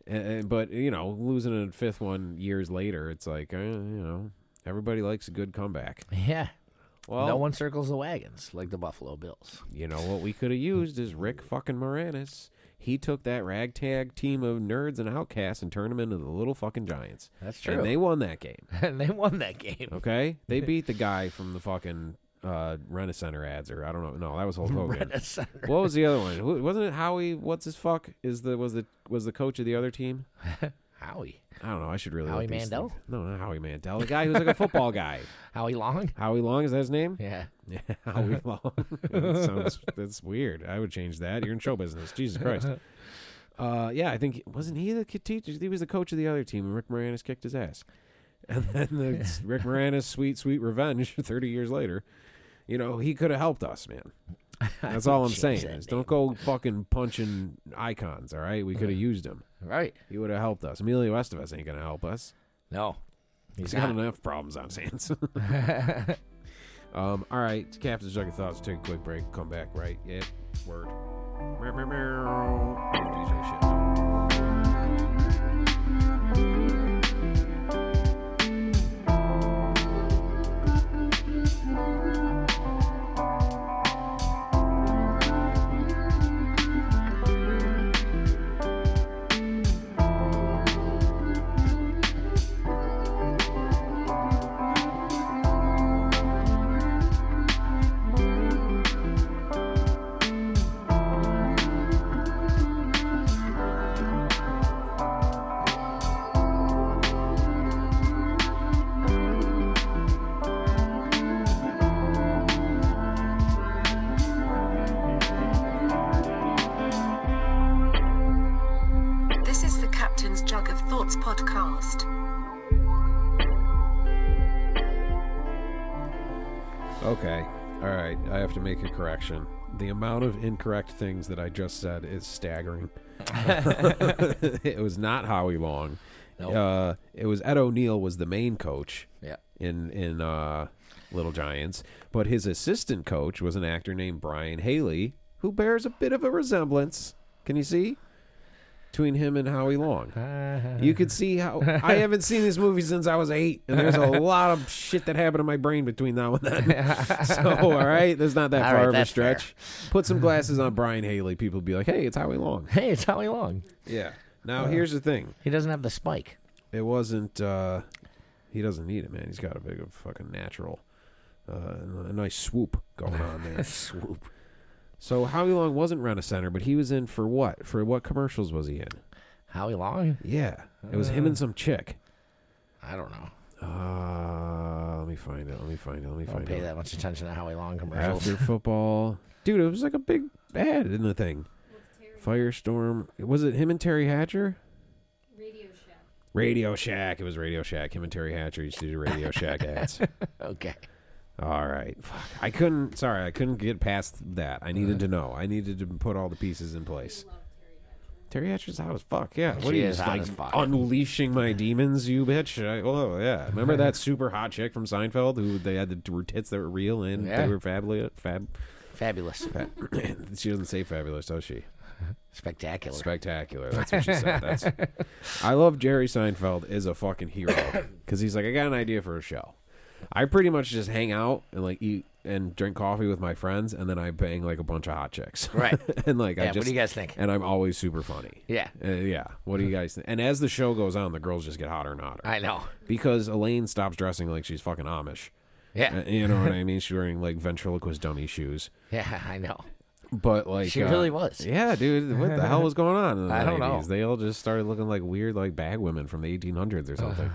And, and- but you know, losing a fifth one years later, it's like eh, you know, everybody likes a good comeback. Yeah. Well, no one circles the wagons like the Buffalo Bills. you know what we could have used is Rick fucking Moranis. He took that ragtag team of nerds and outcasts and turned them into the little fucking giants. That's And they won that game. and they won that game. Okay, they beat the guy from the fucking uh, Rent-A-Center ads, or I don't know. No, that was Hulk Hogan. Rent-a-center. what was the other one? Who- Wasn't it Howie? What's his fuck? Is the was the was the coach of the other team? Howie. I don't know. I should really Howie look these Mandel? things. No, not Howie Mandel. The guy who's like a football guy. Howie Long? Howie Long is that his name? Yeah. Yeah, Howie Long. that sounds that's weird. I would change that. You're in show business. Jesus Christ. Uh, yeah, I think wasn't he the kid teacher? He was the coach of the other team, and Rick Moranis kicked his ass. And then the Rick Moranis' sweet, sweet revenge thirty years later. You know, he could have helped us, man. That's all I'm Change saying. that Is don't go fucking punching icons. All right, we could have used him. Right. He would have helped us. Emilio Estevez ain't gonna help us. No. He's He's got not. enough problems on his hands. um, all right, Captain's Jug of Thoughts. Take a quick break. Come back. Right? Yep. Word. Meow, meow, meow. DJ shit. This is the Captain's Jug of Thoughts podcast. Okay. All right. I have to make a correction. The amount of incorrect things that I just said is staggering. it was not Howie Long. No. Uh, it was Ed O'Neill was the main coach Yeah. in in uh, Little Giants, but his assistant coach was an actor named Brian Haley, who bears a bit of a resemblance. Can you see between him and Howie Long? You could see how I haven't seen this movie since I was eight, and there's a lot of shit that happened in my brain between now and then. so, all right, there's not that All far right, of a that's fair. stretch. Put some glasses on Brian Haley. People be like, "Hey, it's Howie Long." Hey, it's Howie Long. Yeah. Now here's the thing: He doesn't have the spike. it wasn't. uh He doesn't need it, man. He's got a big fucking natural, uh, a nice swoop going on there. Swoop. so Howie Long wasn't rent a center, but he was in for what? For what commercials was he in? Howie Long? Yeah, it was Uh. him and some chick. I don't know. Uh, let me find it. Let me find it. Let me I don't find pay it. that much attention to Howie Long commercials. After football, dude, it was like a big ad in the thing. Firestorm. Was it him and Terry Hatcher? Radio Shack. Radio Shack. It was Radio Shack. Him and Terry Hatcher used to do Radio Shack ads. Okay. All right. Fuck. I couldn't. Sorry, I couldn't get past that. I needed to know. I needed to put all the pieces in place. Terry Hatcher's hot as fuck. Yeah. What are She you is just hot like as fuck. unleashing my demons, you bitch? I, oh yeah. Remember that super hot chick from Seinfeld who they had the were tits that were real and Yeah. they were fabulous. Fab. Fabulous. fa- she doesn't say fabulous, does she? Spectacular. Spectacular. That's what she said. That's. I love Jerry Seinfeld is a fucking hero because he's like, I got an idea for a show. I pretty much just hang out and like eat and drink coffee with my friends, and then I bang like a bunch of hot chicks. Right. and like, I yeah, just what do you guys think? and I'm always super funny. Yeah. Uh, yeah. What do you guys think? And as the show goes on, the girls just get hotter and hotter I know. because Elaine stops dressing like she's fucking Amish. Yeah. Uh, You know what I mean? She's wearing like ventriloquist dummy shoes. Yeah, I know. But like uh, She really was. Yeah, dude. What the hell was going on? In the I don't 90s? know. They all just started looking like weird, like bag women from the 1800s or something.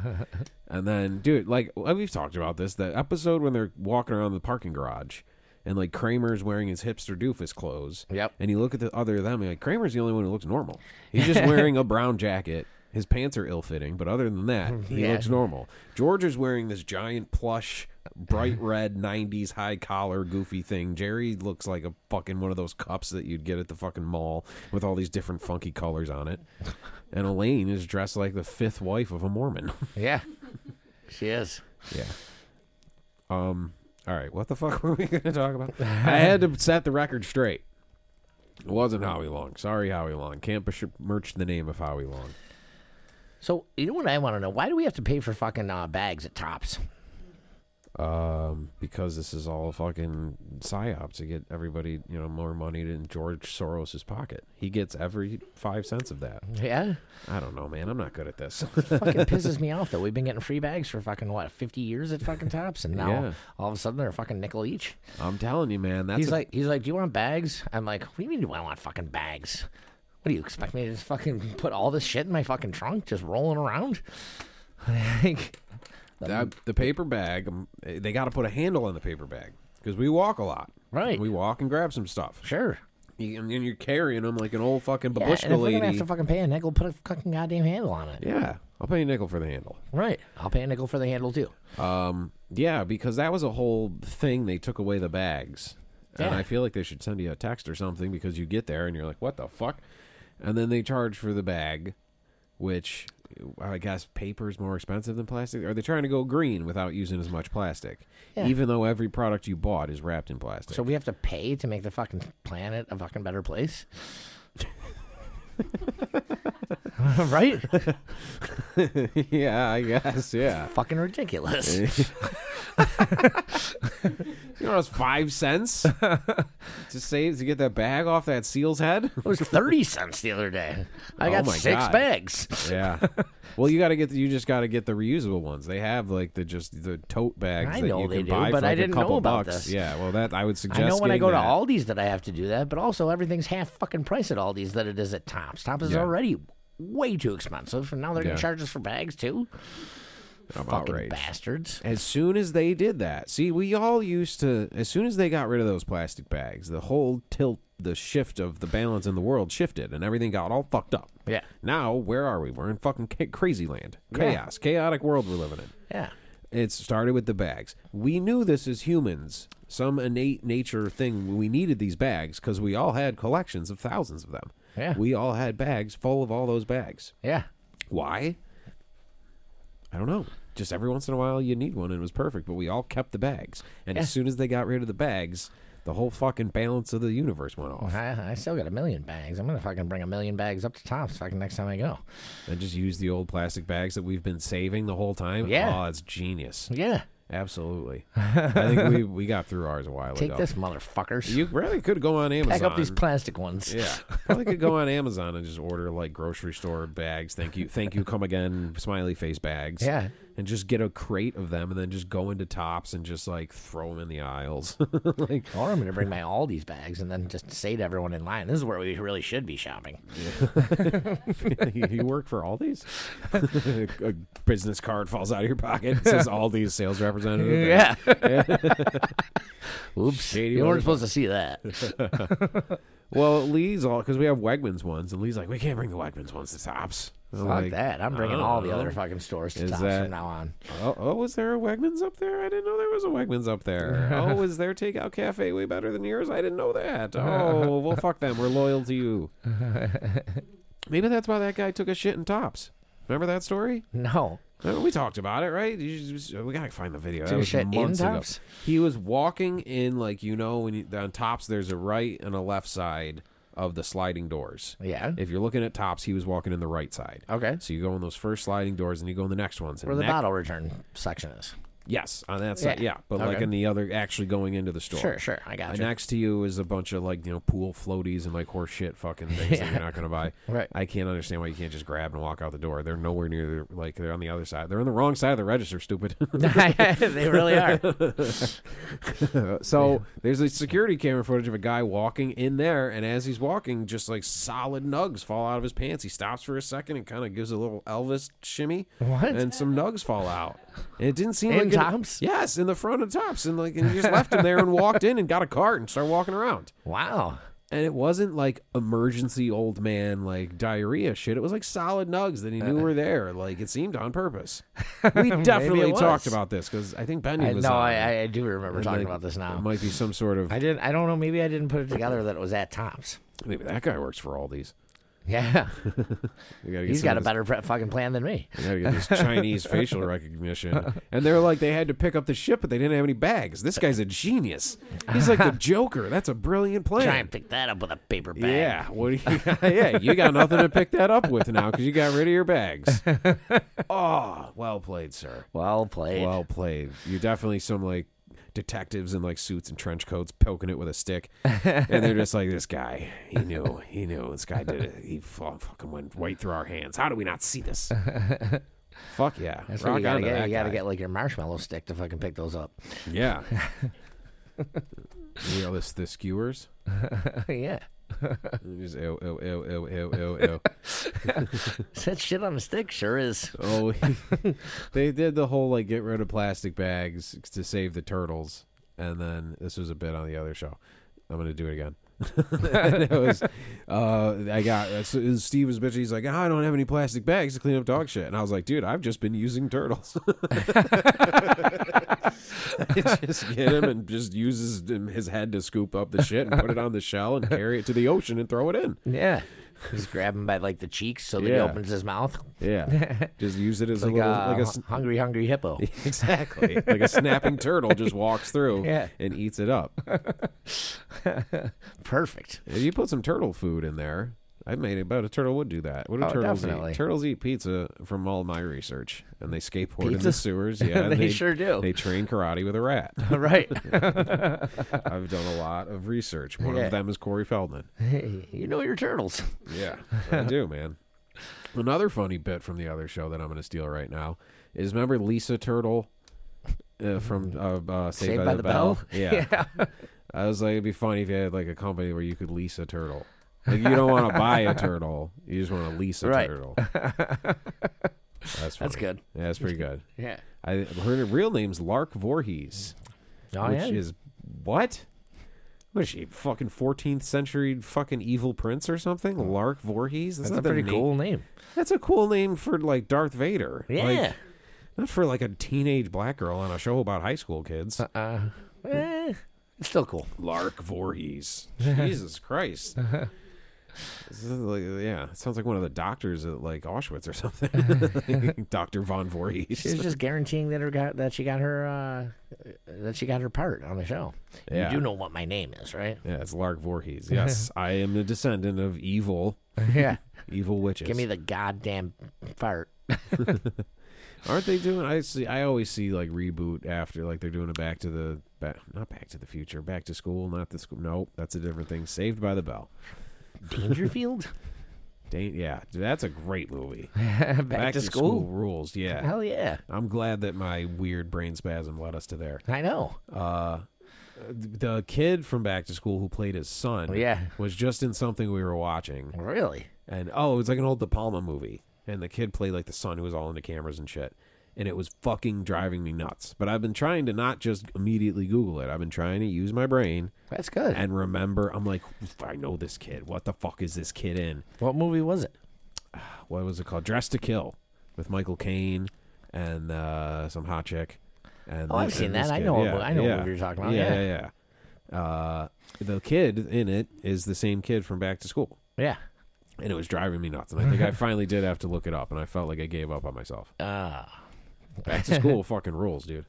and then, dude, like we've talked about this, the episode when they're walking around the parking garage, and like Kramer's wearing his hipster doofus clothes. Yep. And you look at the other of them, and like Kramer's the only one who looks normal. He's just wearing a brown jacket. His pants are ill fitting, but other than that, he Yeah. looks normal. George is wearing this giant plush, bright red '90s high collar goofy thing. Jerry looks like a fucking one of those cups that you'd get at the fucking mall with all these different funky colors on it. And Elaine is dressed like the fifth wife of a Mormon. Yeah. she is. Yeah. Um. All right. What the fuck were we going to talk about? I had to set the record straight. It wasn't Howie Long. Sorry, Howie Long. Can't bes- merch the name of Howie Long. So you know what I want to know? Why do we have to pay for fucking uh, bags at Tops? Um, because this is all a fucking psyop to get everybody, you know, more money in George Soros's pocket. He gets every five cents of that. Yeah, I don't know, man. I'm not good at this. fucking pisses me off though. We've been getting free bags for fucking what fifty years at fucking Tops, and now Yeah. all of a sudden they're a fucking nickel each. I'm telling you, man. That's He's a- like, he's like, do you want bags? I'm like, what do you mean? Do I want fucking bags? What do you expect me to just fucking put all this shit in my fucking trunk, just rolling around? Like, That, the paper bag, um, they got to put a handle on the paper bag because we walk a lot. Right. We walk and grab some stuff. sure. You- and you're carrying them like an old fucking Yeah, and babushka if we're gonna lady. have to fucking pay a nickel, put a fucking goddamn handle on it. yeah, I'll pay a nickel for the handle. Right. I'll pay a nickel for the handle too. Um, yeah, because that was a whole thing. They took away the bags, and Yeah. I feel like they should send you a text or something because you get there and you're like, "What the fuck?" And then they charge for the bag, which I guess paper's more expensive than plastic. Are they trying to go green without using as much plastic? Yeah. Even though every product you bought is wrapped in plastic. So we have to pay to make the fucking planet a fucking better place. right? yeah, I guess. Yeah. fucking ridiculous. You know, it's five cents to save to get that bag off that seal's head. It was 30 cents the other day. I Oh got my six God. bags. yeah. Well, you got to get the, you just got to get the reusable ones. They have like the just the tote bags. I that know you they can do, buy but for, I like, a didn't know couple about bucks. this. Yeah. Well, that I would suggest. I know when I getting go to that. Aldi's that I have to do that, but also everything's half fucking price at Aldi's that it is at Tops. Tops is Yeah. already way too expensive, and now they're Yeah. gonna charge us for bags too. I'm fucking outraged. bastards. As soon as they did that, see, we all used to. As soon as they got rid of those plastic bags, the whole tilt, the shift of the balance in the world shifted, and everything got all fucked up. Yeah. Now, where are we? We're in fucking ca- crazy land, Yeah. chaos, chaotic world we're living in. Yeah. It started with the bags. We knew this as humans, some innate nature thing. We needed these bags because we all had collections of thousands of them. Yeah. We all had bags full of all those bags. Yeah. Why? I don't know. Just every once in a while you need one and it was perfect, but we all kept the bags. And Yeah. as soon as they got rid of the bags, the whole fucking balance of the universe went off. I, I still got a million bags. I'm gonna fucking bring a million bags up to Tops fucking next time I go. And just use the old plastic bags that we've been saving the whole time. Yeah. Oh, it's genius. Yeah. Absolutely. I think we, we got through ours a while Take ago. this, motherfuckers. You really could go on Amazon. pack up these plastic ones. yeah, probably could go on Amazon and just order like grocery store bags. Thank you, thank you, come again, smiley face bags. Yeah. and just get a crate of them, and then just go into Tops and just like throw them in the aisles. like, Or I'm gonna bring my Aldi's bags and then just say to everyone in line, "This is where we really should be shopping." you work for Aldi's? a business card falls out of your pocket. It says Aldi's sales representative. Yeah. Oops. Shady you motherfucker. weren't supposed to see that. Well, Lee's all because we have Wegmans ones, and Lee's like, we can't bring the Wegmans ones to Tops. I'm Fuck like, "Oh, that. I'm bringing I all don't the other know. fucking stores to Is tops that- from now on. Oh, oh, was there a Wegmans up there? I didn't know there was a Wegmans up there. oh, is their takeout cafe way better than yours? I didn't know that. Oh, well, fuck them. We're loyal to you. Maybe that's why that guy took a shit in tops. Remember that story? No. Uh, We talked about it, right? You just- we gotta find the video. That Took a was shit in months ago. Tops? He was walking in, like you know, when you, on tops there's a right and a left side of the sliding doors. Yeah. If you're looking at tops, he was walking in the right side. Okay. So you go in those first sliding doors, and you go in the next ones. And Where the next- bottle return section is. Yes, on that side. Yeah, Yeah. but like Okay. in the other, actually going into the store. Sure, sure. I got And you. next to you is a bunch of like you know pool floaties and like horse shit fucking things that you're not gonna buy. Right. I can't understand why you can't just grab and walk out the door. They're nowhere near the, like they're on the other side. They're on the wrong side of the register. Stupid. they really are. so there's a security camera footage of a guy walking in there, and as he's walking, just like solid nugs fall out of his pants. He stops for a second and kind of gives a little Elvis shimmy, What? and some nugs fall out. And it didn't seem In like fucking- Tops? Yes, in the front of Tops, and like and he just left him there and walked in and got a cart and started walking around. Wow. And it wasn't like emergency old man like diarrhea shit. It was like solid nugs that he Uh, knew were there. Like it seemed on purpose. We definitely was. talked about this because I think Benny I, was. no, on. I, I do remember And, talking like, about this It now. might be some sort of I didn't. I don't know. Maybe I didn't put it together that it was at Tops. maybe that guy works for all these. Yeah, We gotta get he's some got a of this- better pre- fucking plan than me. We gotta get this Chinese facial recognition. And they're like, they had to pick up the ship, but they didn't have any bags. This guy's a genius. He's like the Joker. That's a brilliant plan. Try and pick that up with a paper bag. Oh, Yeah, what do you, yeah, you got nothing to pick that up with now because you got rid of your bags. oh, well played, sir. Well played. Well played. You're definitely some like detectives in like suits and trench coats poking it with a stick, and they're just like, "This guy, he knew, he knew, this guy did it. He fu- fucking went right through our hands. How do we not see this?" Fuck yeah, That's rock what you gotta onto get. that You gotta guy. get like your marshmallow stick to fucking pick those up. yeah. You know, this the skewers. Oh, yeah. Just ew, ew, ew, ew, ew, ew, ew. That shit on a stick sure is. Oh, they did the whole like get rid of plastic bags to save the turtles, and then this was a bit on the other show. I'm gonna do it again. And it was, uh, I got uh, so- and Steve was bitching. He's like, "Ah, I don't have any plastic bags to clean up dog shit, and I was like, dude, I've just been using turtles. just get him and just uses his head to scoop up the shit and put it on the shell and carry it to the ocean and throw it in. Yeah. Just grab him by like the cheeks so that he Yeah. opens his mouth Yeah, just use it as like, uh, a little a, like a s- hungry, hungry hippo. Exactly. like a snapping turtle just walks through Yeah. and eats it up. Perfect. If you put some turtle food in there, I made it, but a turtle would do that. What do Oh, turtles definitely. eat? Turtles eat pizza from all my research, and they skateboard in Pizza? the sewers. Yeah, and They sure do. They train karate with a rat. right. I've done a lot of research. One Yeah. of them is Corey Feldman. you know your turtles. Yeah, I do, man. Another funny bit from the other show that I'm going to steal right now is remember Lisa Turtle uh, from uh, uh, Saved, by, the, Bell? Yeah. I was like, it'd be funny if you had like a company where you could lease a turtle. Like you don't want to buy a turtle, you just want to lease a Right. turtle. That's funny. That's good. Yeah, that's pretty good. Yeah. I her real name's Lark Voorhees, Oh, which yeah. is what? Was she fucking 14th century fucking evil prince or something? Lark Voorhees. Oh. That's not a the pretty name- cool name. that's a cool name for like Darth Vader. Like, Yeah. not for like a teenage black girl on a show about high school kids. Uh, eh, it's still cool. Lark Voorhees. Jesus Christ. Uh-huh. This is like- yeah, it sounds like one of the doctors at like Auschwitz or something. Doctor von She was Voorhees. just guaranteeing that her got that she got her uh, that she got her part on the show. Yeah. You do know Uh-huh. what my name is, right? Yeah, it's Lark Voorhees. Yes, I am the descendant of evil, Yeah. evil witches. Give me the goddamn fart. Aren't they doing? I see. I always see like reboot after like they're doing a Back to the back, not Back to the Future, Back to School, not the school. Nope, that's a different thing. Saved by the Bell. Dangerfield? Dang, yeah, that's a great movie. Back, to, school? rules. Yeah, Hell yeah. I'm glad that my weird brain spasm led us to there. I know. The kid from Back to School who played his son, Oh, Yeah. was just in something we were watching, Really? and oh, it was like an old De Palma movie, and the kid played like the son who was all into cameras and shit, and it was fucking driving me nuts. But I've been trying to not just immediately Google it. I've been trying to use my brain That's good. and remember. I'm like, I know this kid. What the fuck is this kid in? what movie was it? What was it called? Dress to Kill with Michael Caine and uh, some hot chick. And Oh, I've this- seen and this that. I kid. know a Yeah, mo- I know a yeah. movie you're talking about. Yeah, Yeah. yeah, yeah. Uh, the kid in it is the same kid from Back to School, Yeah. and it was driving me nuts. And I think I finally did have to look it up, and I felt like I gave up on myself. Uh, Back to School fucking rules, dude.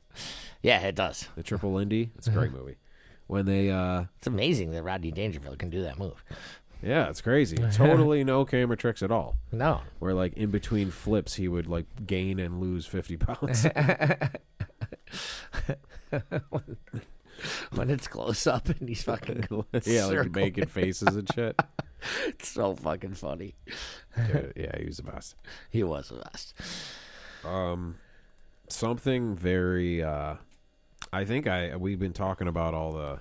yeah, it does. The Triple Lindy, it's a great Uh-huh. movie. When they, uh, It's amazing that Rodney Dangerfield can do that move. yeah, it's crazy. Totally no camera tricks at all. No. Where like in between flips, he would like gain and lose fifty pounds. When it's close up and he's fucking yeah, like circling. making faces and shit. It's so fucking funny. Dude, yeah, he was the best. He was the best. Something very. uh I think I we've been talking about all the,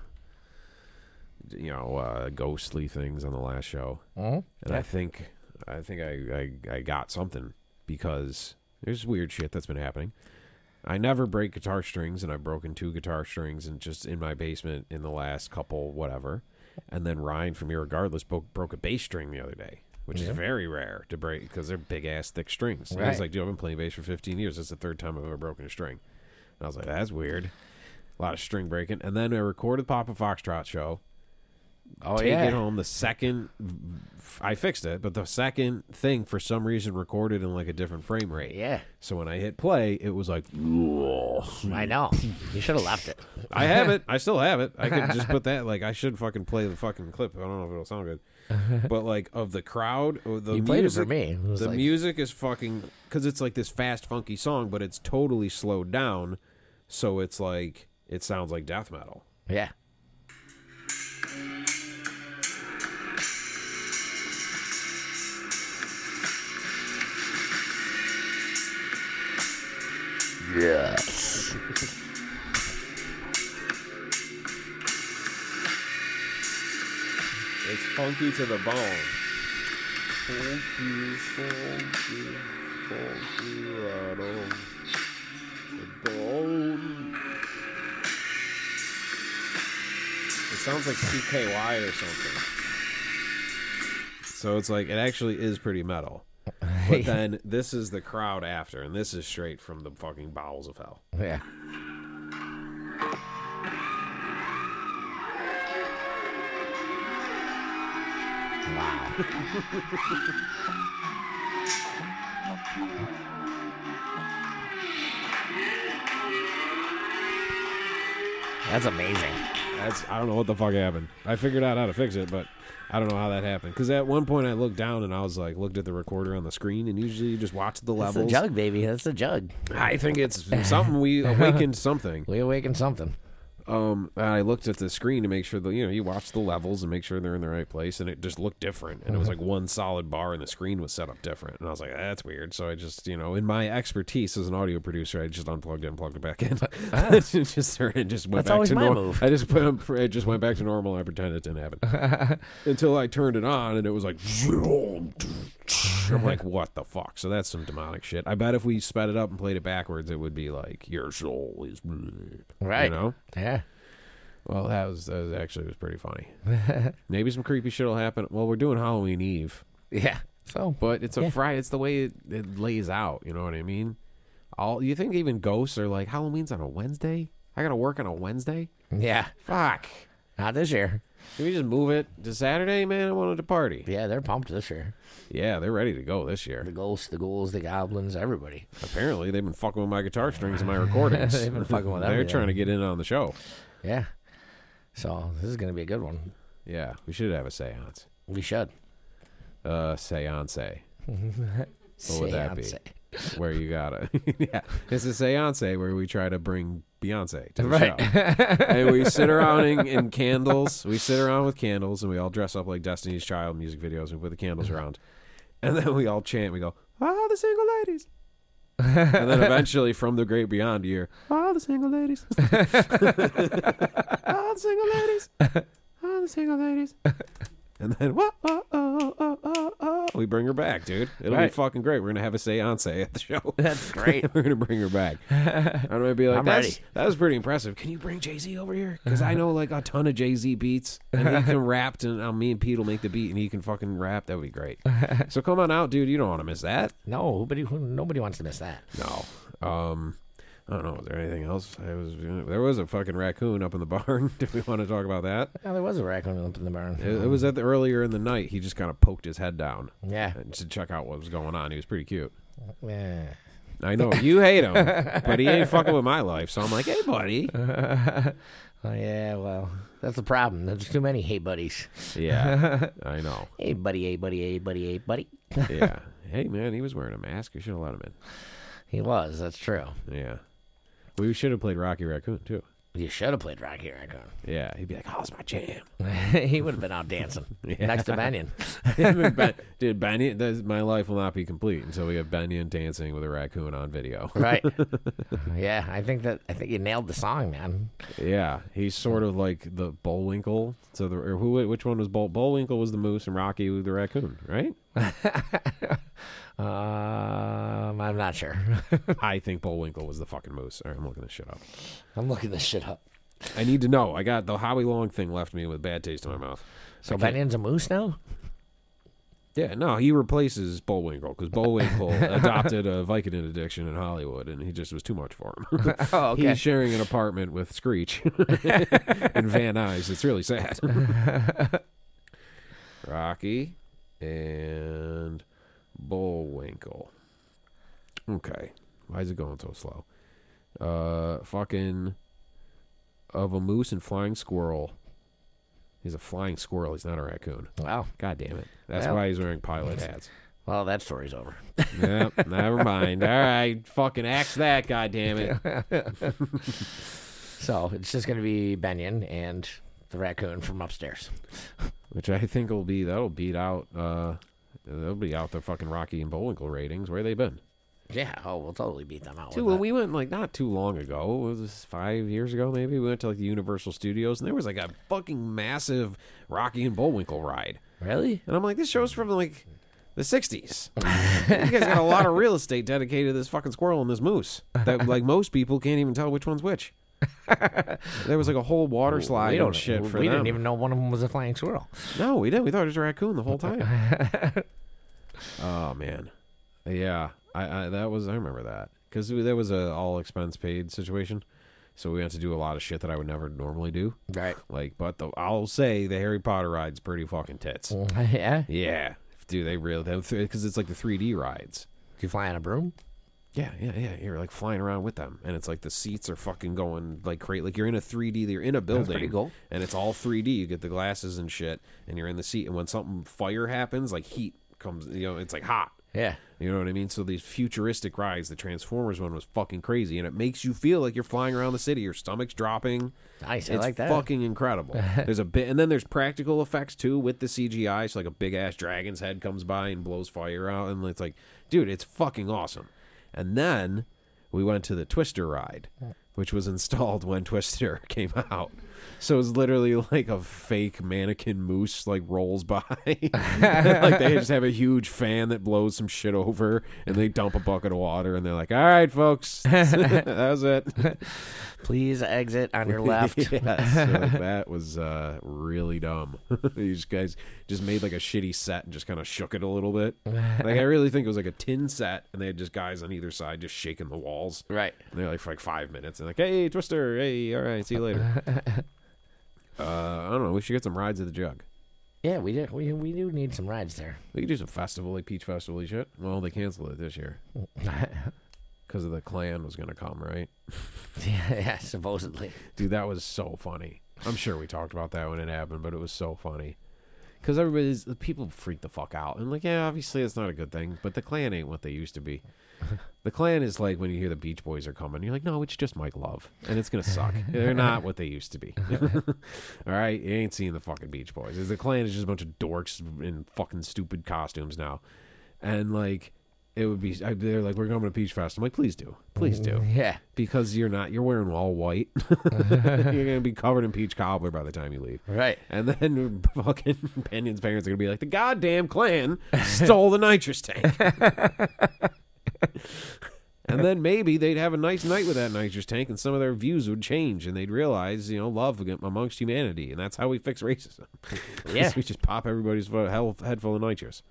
you know, uh ghostly things on the last show, and I think I think I, I I got something because there's weird shit that's been happening. I never break guitar strings, and I've broken two guitar strings, and just in my basement in the last couple whatever. And then Ryan from Irregardless broke, broke a bass string the other day, which is very rare to break because they're big ass thick strings. And I was Right. like, dude, I've been playing bass for 15 years. That's the third time I've ever broken a string. And I was like, that's weird. A lot of string breaking. And then I recorded Papa Foxtrot show Oh take yeah. it home. The second I fixed it, but the second thing for some reason recorded in like a different frame rate. Yeah. So when I hit play, it was like I know. You should have left it. I have it. I still have it. I could just put that like I should fucking play the fucking clip. I don't know if it'll sound good, but like of the crowd, or the You music, played it for me. It was the like- music is fucking because it's like this fast funky song, but it's totally slowed down, so it's like it sounds like death metal. Yeah. Yes. It's funky to the bone. It sounds like CKY or something. So it's like it actually is pretty metal. But then this is the crowd after, and this is straight from the fucking bowels of hell. Yeah. Wow. That's amazing. That's I don't know what the fuck happened. I figured out how to fix it, but I don't know how that happened. Because at one point I looked down and I was like, looked at the recorder on the screen, and usually you just watch the That's the levels. jug, baby. That's the jug. I think it's something we awakened something. We awaken something. Um, and I looked at the screen to make sure that you know you watch the levels and make sure they're in the right place, and it just looked different. And it Uh-huh. was like one solid bar, and the screen was set up different. And I was like, that's weird. So I just, you know, in my expertise as an audio producer, I just unplugged it and plugged it back in. just it just went Ah. That's back always to my normal. move. I just put it just went back to normal. And I pretended it didn't happen until I turned it on, and it was like. I'm like, what the fuck? So that's some demonic shit. I bet if we sped it up and played it backwards, it would be like, your soul is. Right. You know? Yeah. Well, that was, that was actually was pretty funny. Maybe some creepy shit will happen. Well, we're doing Halloween Eve, Yeah. So, but it's a Yeah. Friday. It's the way it, it lays out. You know what I mean? All you think even ghosts are like Halloween's on a Wednesday. I gotta work on a Wednesday. yeah. Fuck. Not this year. Can we just move it to Saturday, man? I wanted to party. Yeah, they're pumped this year. Yeah, they're ready to go this The year. ghosts, the ghouls, the goblins, everybody. Apparently, they've been fucking with my guitar strings and my recordings. They've been fucking with They're everything. trying to get in on the show. Yeah. So this is gonna be a good one. Yeah, we should have a séance. We should. Uh, séance. What would that be? Seance. where you gotta yeah it's a seance where we try to bring beyonce to the Right. show and we sit around in, in candles we sit around with candles and we all dress up like destiny's child music videos and we put the candles Uh-huh. around and then we all chant we go all the single ladies and then eventually from the great beyond year all the single ladies all the single ladies all the single ladies and then whoa, oh, oh, oh, oh, oh, we bring her back dude it'll be Right. fucking great we're gonna have a seance at the show That's great. we're gonna bring her back. I'm gonna be like, I'm That's, ready." that was pretty impressive. Can you bring Jay Z over here? Because I know like a ton of Jay Z beats, and he can rap. And uh, me and Pete will make the beat, and he can fucking rap. That would be great. so come on out, dude. You don't want to miss that. No, nobody, who- nobody wants to miss that. No. Um, I don't know. Is there anything else? I was there was a fucking raccoon up in the barn. Did we want to talk about that? Yeah, there was a raccoon up in the barn. It, it was at the earlier in the night. He just kind of poked his head down Yeah. and to check out what was going on. He was pretty cute. Yeah. I know you hate him, but he ain't fucking with my life. So I'm like, hey, buddy. Oh, yeah, well, that's the problem. There's too many hey buddies. Yeah, I know. Hey buddy, hey buddy, hey buddy, hey buddy. Yeah. Hey, man, he was wearing a mask. You should have let him He was, that's true. in. Yeah. We should have played Rocky Raccoon too. You should have played Rocky Raccoon. Yeah, he'd be like, "How's my jam?" he would have been out dancing Yeah. next to Banyan. Ben- Dude, Banyan, that's- my life will not be complete until we have Banyan dancing with a raccoon on video. right. Yeah, I think that I think you nailed the song, man. yeah, he's sort of like the Bullwinkle. So the or who? Which one was Bull? Bullwinkle was the moose, and Rocky was the raccoon, right? Um, I I'm not sure. I think Bullwinkle was the fucking moose. All right, I'm looking this shit up. I'm looking this shit up. I need to know. I got the Howie Long thing left me with bad taste in my mouth. So I can't- Banyan's a moose now? Yeah, no, he replaces Bullwinkle because Bullwinkle adopted a Vicodin addiction in Hollywood, and he just was too much for him. Oh, He's sharing an apartment with Screech and Van Nuys. It's really sad. Rocky and Bullwinkle. Okay, why is it going so slow? Uh, fucking of a moose and flying squirrel. He's a flying squirrel. He's not a raccoon. Wow. God damn it. That's Well- why he's wearing pilot hats. Well, that story's over. yeah, never mind. All right, fucking axe that, god damn it. So it's just going to be Benyon and the raccoon from upstairs. Which I think will be that'll beat out uh that'll be out the fucking Rocky and Bullwinkle ratings. Where they been? Yeah. Oh, we'll totally beat them out. with Dude, when that. we went like not too long ago, what was this five years ago maybe? We went to like the Universal Studios and there was like a fucking massive Rocky and Bullwinkle ride. really? And I'm like, this show's from like the 60s. you guys got a lot of real estate dedicated to this fucking squirrel and this moose that, like, most people can't even tell which one's which. there was like a whole water slide we and shit we for didn't them. even know one of them was a flying squirrel. No, we didn't. We thought it was a raccoon the whole time. oh man, yeah. I, I that was I remember that because that was a all expense paid situation, so we had to do a lot of shit that I would never normally do. Right. Like, but the, I'll say the Harry Potter ride's pretty fucking tits. yeah. Do Yeah, do they really? Because it's like the 3D rides. you fly on a broom? Yeah, yeah, yeah. You're like flying around with them, and it's like the seats are fucking going like crazy. Like you're in a 3D. You're in a building, pretty cool. and it's all 3D. You get the glasses and shit, and you're in the seat. And when something fire happens, like heat comes, you know, it's like hot. Yeah. You know what I mean? So these futuristic rides, the Transformers one was fucking crazy, and it makes you feel like you're flying around the city. Your stomach's dropping. Nice. I it's like that. fucking incredible. There's a bit, and then there's practical effects too with the CGI. So like a big ass dragon's head comes by and blows fire out, and it's like, dude, it's fucking awesome. And then we went to the Twister ride, which was installed when Twister came out. So it's literally like a fake mannequin moose like rolls by. like they just have a huge fan that blows some shit over and they dump a bucket of water and they're like, All right folks, that was it. Please exit on your left. Yeah, so that was uh, really dumb. These guys just made like a shitty set and just kind of shook it a little bit. Like I really think it was like a tin set, and they had just guys on either side just shaking the walls. Right. And they're like for like five minutes, and like, hey, Twister, hey, all right, see you later. uh, I don't know. We should get some rides at the jug. Yeah, we do. We, we do need some rides there. We could do some festival, like Peach Festival and shit. Well, they canceled it this year because of the clan was gonna come, right? yeah, supposedly. Dude, that was so funny. I'm sure we talked about that when it happened, but it was so funny. Because everybody's people freak the fuck out. And like, yeah, obviously it's not a good thing, but the clan ain't what they used to be. The clan is like when you hear the Beach Boys are coming, you're like, no, it's just Mike Love, and it's gonna suck. They're not what they used to be. All right, you ain't seeing the fucking Beach Boys. The clan is just a bunch of dorks in fucking stupid costumes now, and like, it would be. I- They're like, we're going to Beach Fest. I'm like, please do, please do Yeah. because you're not you're wearing all white. you're gonna be covered in peach cobbler by the time you leave. Right. And then fucking Penion's parents are gonna be like, the goddamn clan stole the nitrous tank. and then maybe they'd have a nice night with that nitrous tank, and some of their views would change, and they'd realize, you know, love amongst humanity, and that's how we fix racism. Yeah. we just pop everybody's fu- hell- head full of nitrous.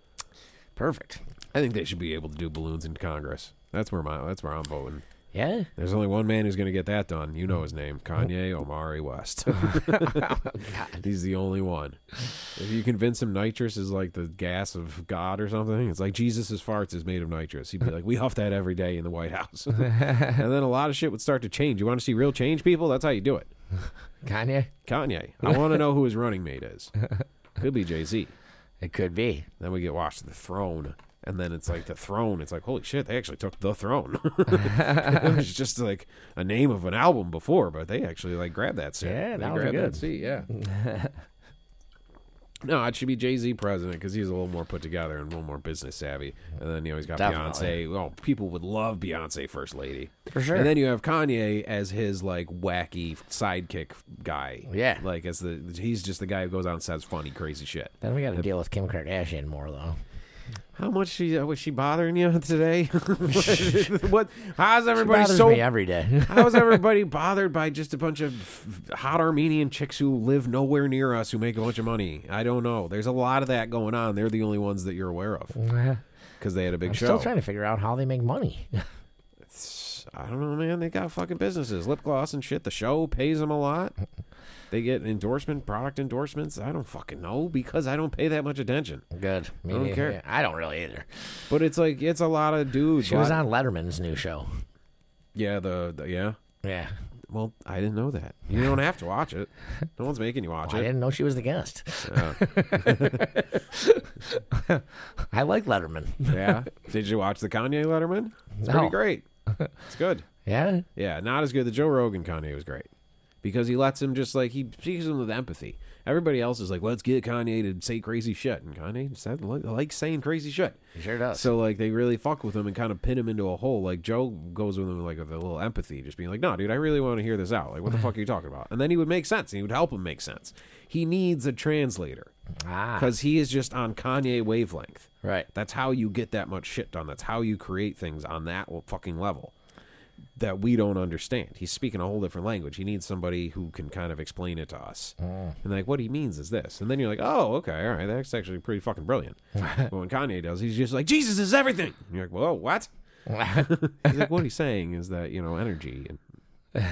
Perfect. I think they should be able to do balloons in Congress. That's where my that's where I'm voting. Yeah. There's only one man who's going to get that done. You know his name, Kanye Omari West. Oh, He's the only one. If you convince him nitrous is like the gas of God or something, it's like Jesus' farts is made of nitrous. He'd be like, "We huff that every day in the White House," and then a lot of shit would start to change. You want to see real change, people? That's how you do it. Kanye. Kanye. I want to know who his running mate is. Could be Jay Z. It could be. Then we get washed to the throne. And then it's like the throne. It's like, holy shit, they actually took the throne. it was just like a name of an album before, but they actually like grabbed that seat. Yeah, they that was grabbed good. that seat, yeah. no, it should be Jay Z president because he's a little more put together and a little more business savvy. And then, you know, he's got Definitely. Beyonce. Well, people would love Beyonce first lady. For sure. And then you have Kanye as his like wacky sidekick guy. Yeah. Like, as the he's just the guy who goes out and says funny, crazy shit. Then we got to deal with Kim Kardashian more though. How much she uh, was she bothering you today? what? How's She everybody bothers so? me every day. how's everybody bothered by just a bunch of hot Armenian chicks who live nowhere near us who make a bunch of money? I don't know. There's a lot of that going on. They're the only ones that you're aware of because they had a big I'm show. still trying to figure out how they make money. It's- I don't know, man. They got fucking businesses, lip gloss and shit. The show pays them a lot. They get endorsement, product endorsements. I don't fucking know because I don't pay that much attention. Good. Me I don't neither. care. I don't really either. But it's like it's a lot of dudes. She was lot- on Letterman's new show. Yeah, the, the yeah. Yeah. Well, I didn't know that. You don't have to watch it. No one's making you watch I it. didn't know she was the guest. Uh, I like Letterman. yeah. Did you watch the Kanye Letterman? It's pretty No. great. It's good. Yeah. Yeah, not as good. The Joe Rogan Kanye was great because he lets him just like he speaks to him with empathy. Everybody else is like, let's get Kanye to say crazy shit, and Kanye said like, likes saying crazy shit. He sure does. So like they really fuck with him and kind of pin him into a hole. Like Joe goes with him like with a little empathy, just being like, "No, dude, I really want to hear this out. Like, what the fuck are you talking about?" And then he would make sense. And he would help him make sense. He needs a translator ah. because he is just on Kanye wavelength. Right. That's how you get that much shit done. That's how you create things on that l- fucking level that we don't understand. He's speaking a whole different language. He needs somebody who can kind of explain it to us. And like, what he means is this. And then you're like, oh, okay, all right, that's actually pretty fucking brilliant. but when Kanye does, he's just like, Jesus is everything. And you're like, whoa, what? He's like, what he's saying is that, you know, energy. And...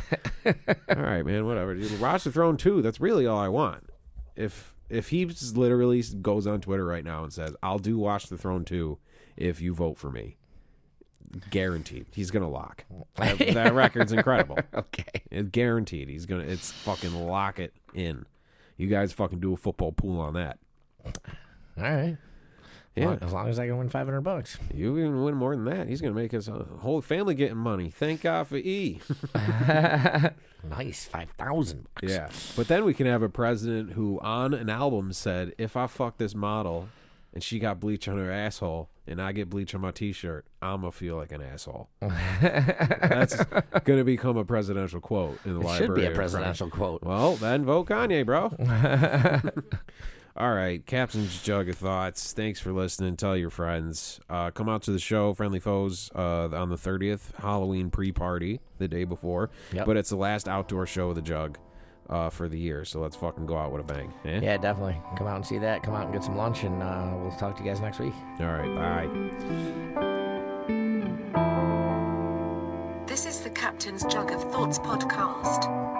all right, man, whatever. Dude, Watch the Throne 2. That's really all I want. If if he just literally goes on Twitter right now and says, I'll do Watch the Throne 2 if you vote for me, guaranteed. He's going to lock. That, that record's incredible. okay. It's guaranteed. He's going to, it's fucking lock it in. You guys fucking do a football pool on that. All right. Yeah. Well, as long as I can win 500 bucks. You even win more than that. He's going to make his uh, whole family getting money. Thank God for E. Nice. 5,000 bucks. Yeah. But then we can have a president who, on an album, said, if I fuck this model and she got bleach on her asshole and I get bleach on my t shirt, I'm going to feel like an asshole. That's going to become a presidential quote in the It library. should be a of Congress. presidential quote. Well, then vote Kanye, bro. All right, Captain's Jug of Thoughts. Thanks for listening. Tell your friends. Uh, come out to the show, Friendly Foes, uh, on the 30th, Halloween pre party, the day before. Yep. But it's the last outdoor show of the Jug uh, for the year, so let's fucking go out with a bang. eh? Yeah, definitely. Come out and see that. Come out and get some lunch, and uh, we'll talk to you guys next week. All right, bye. This is the Captain's Jug of Thoughts podcast.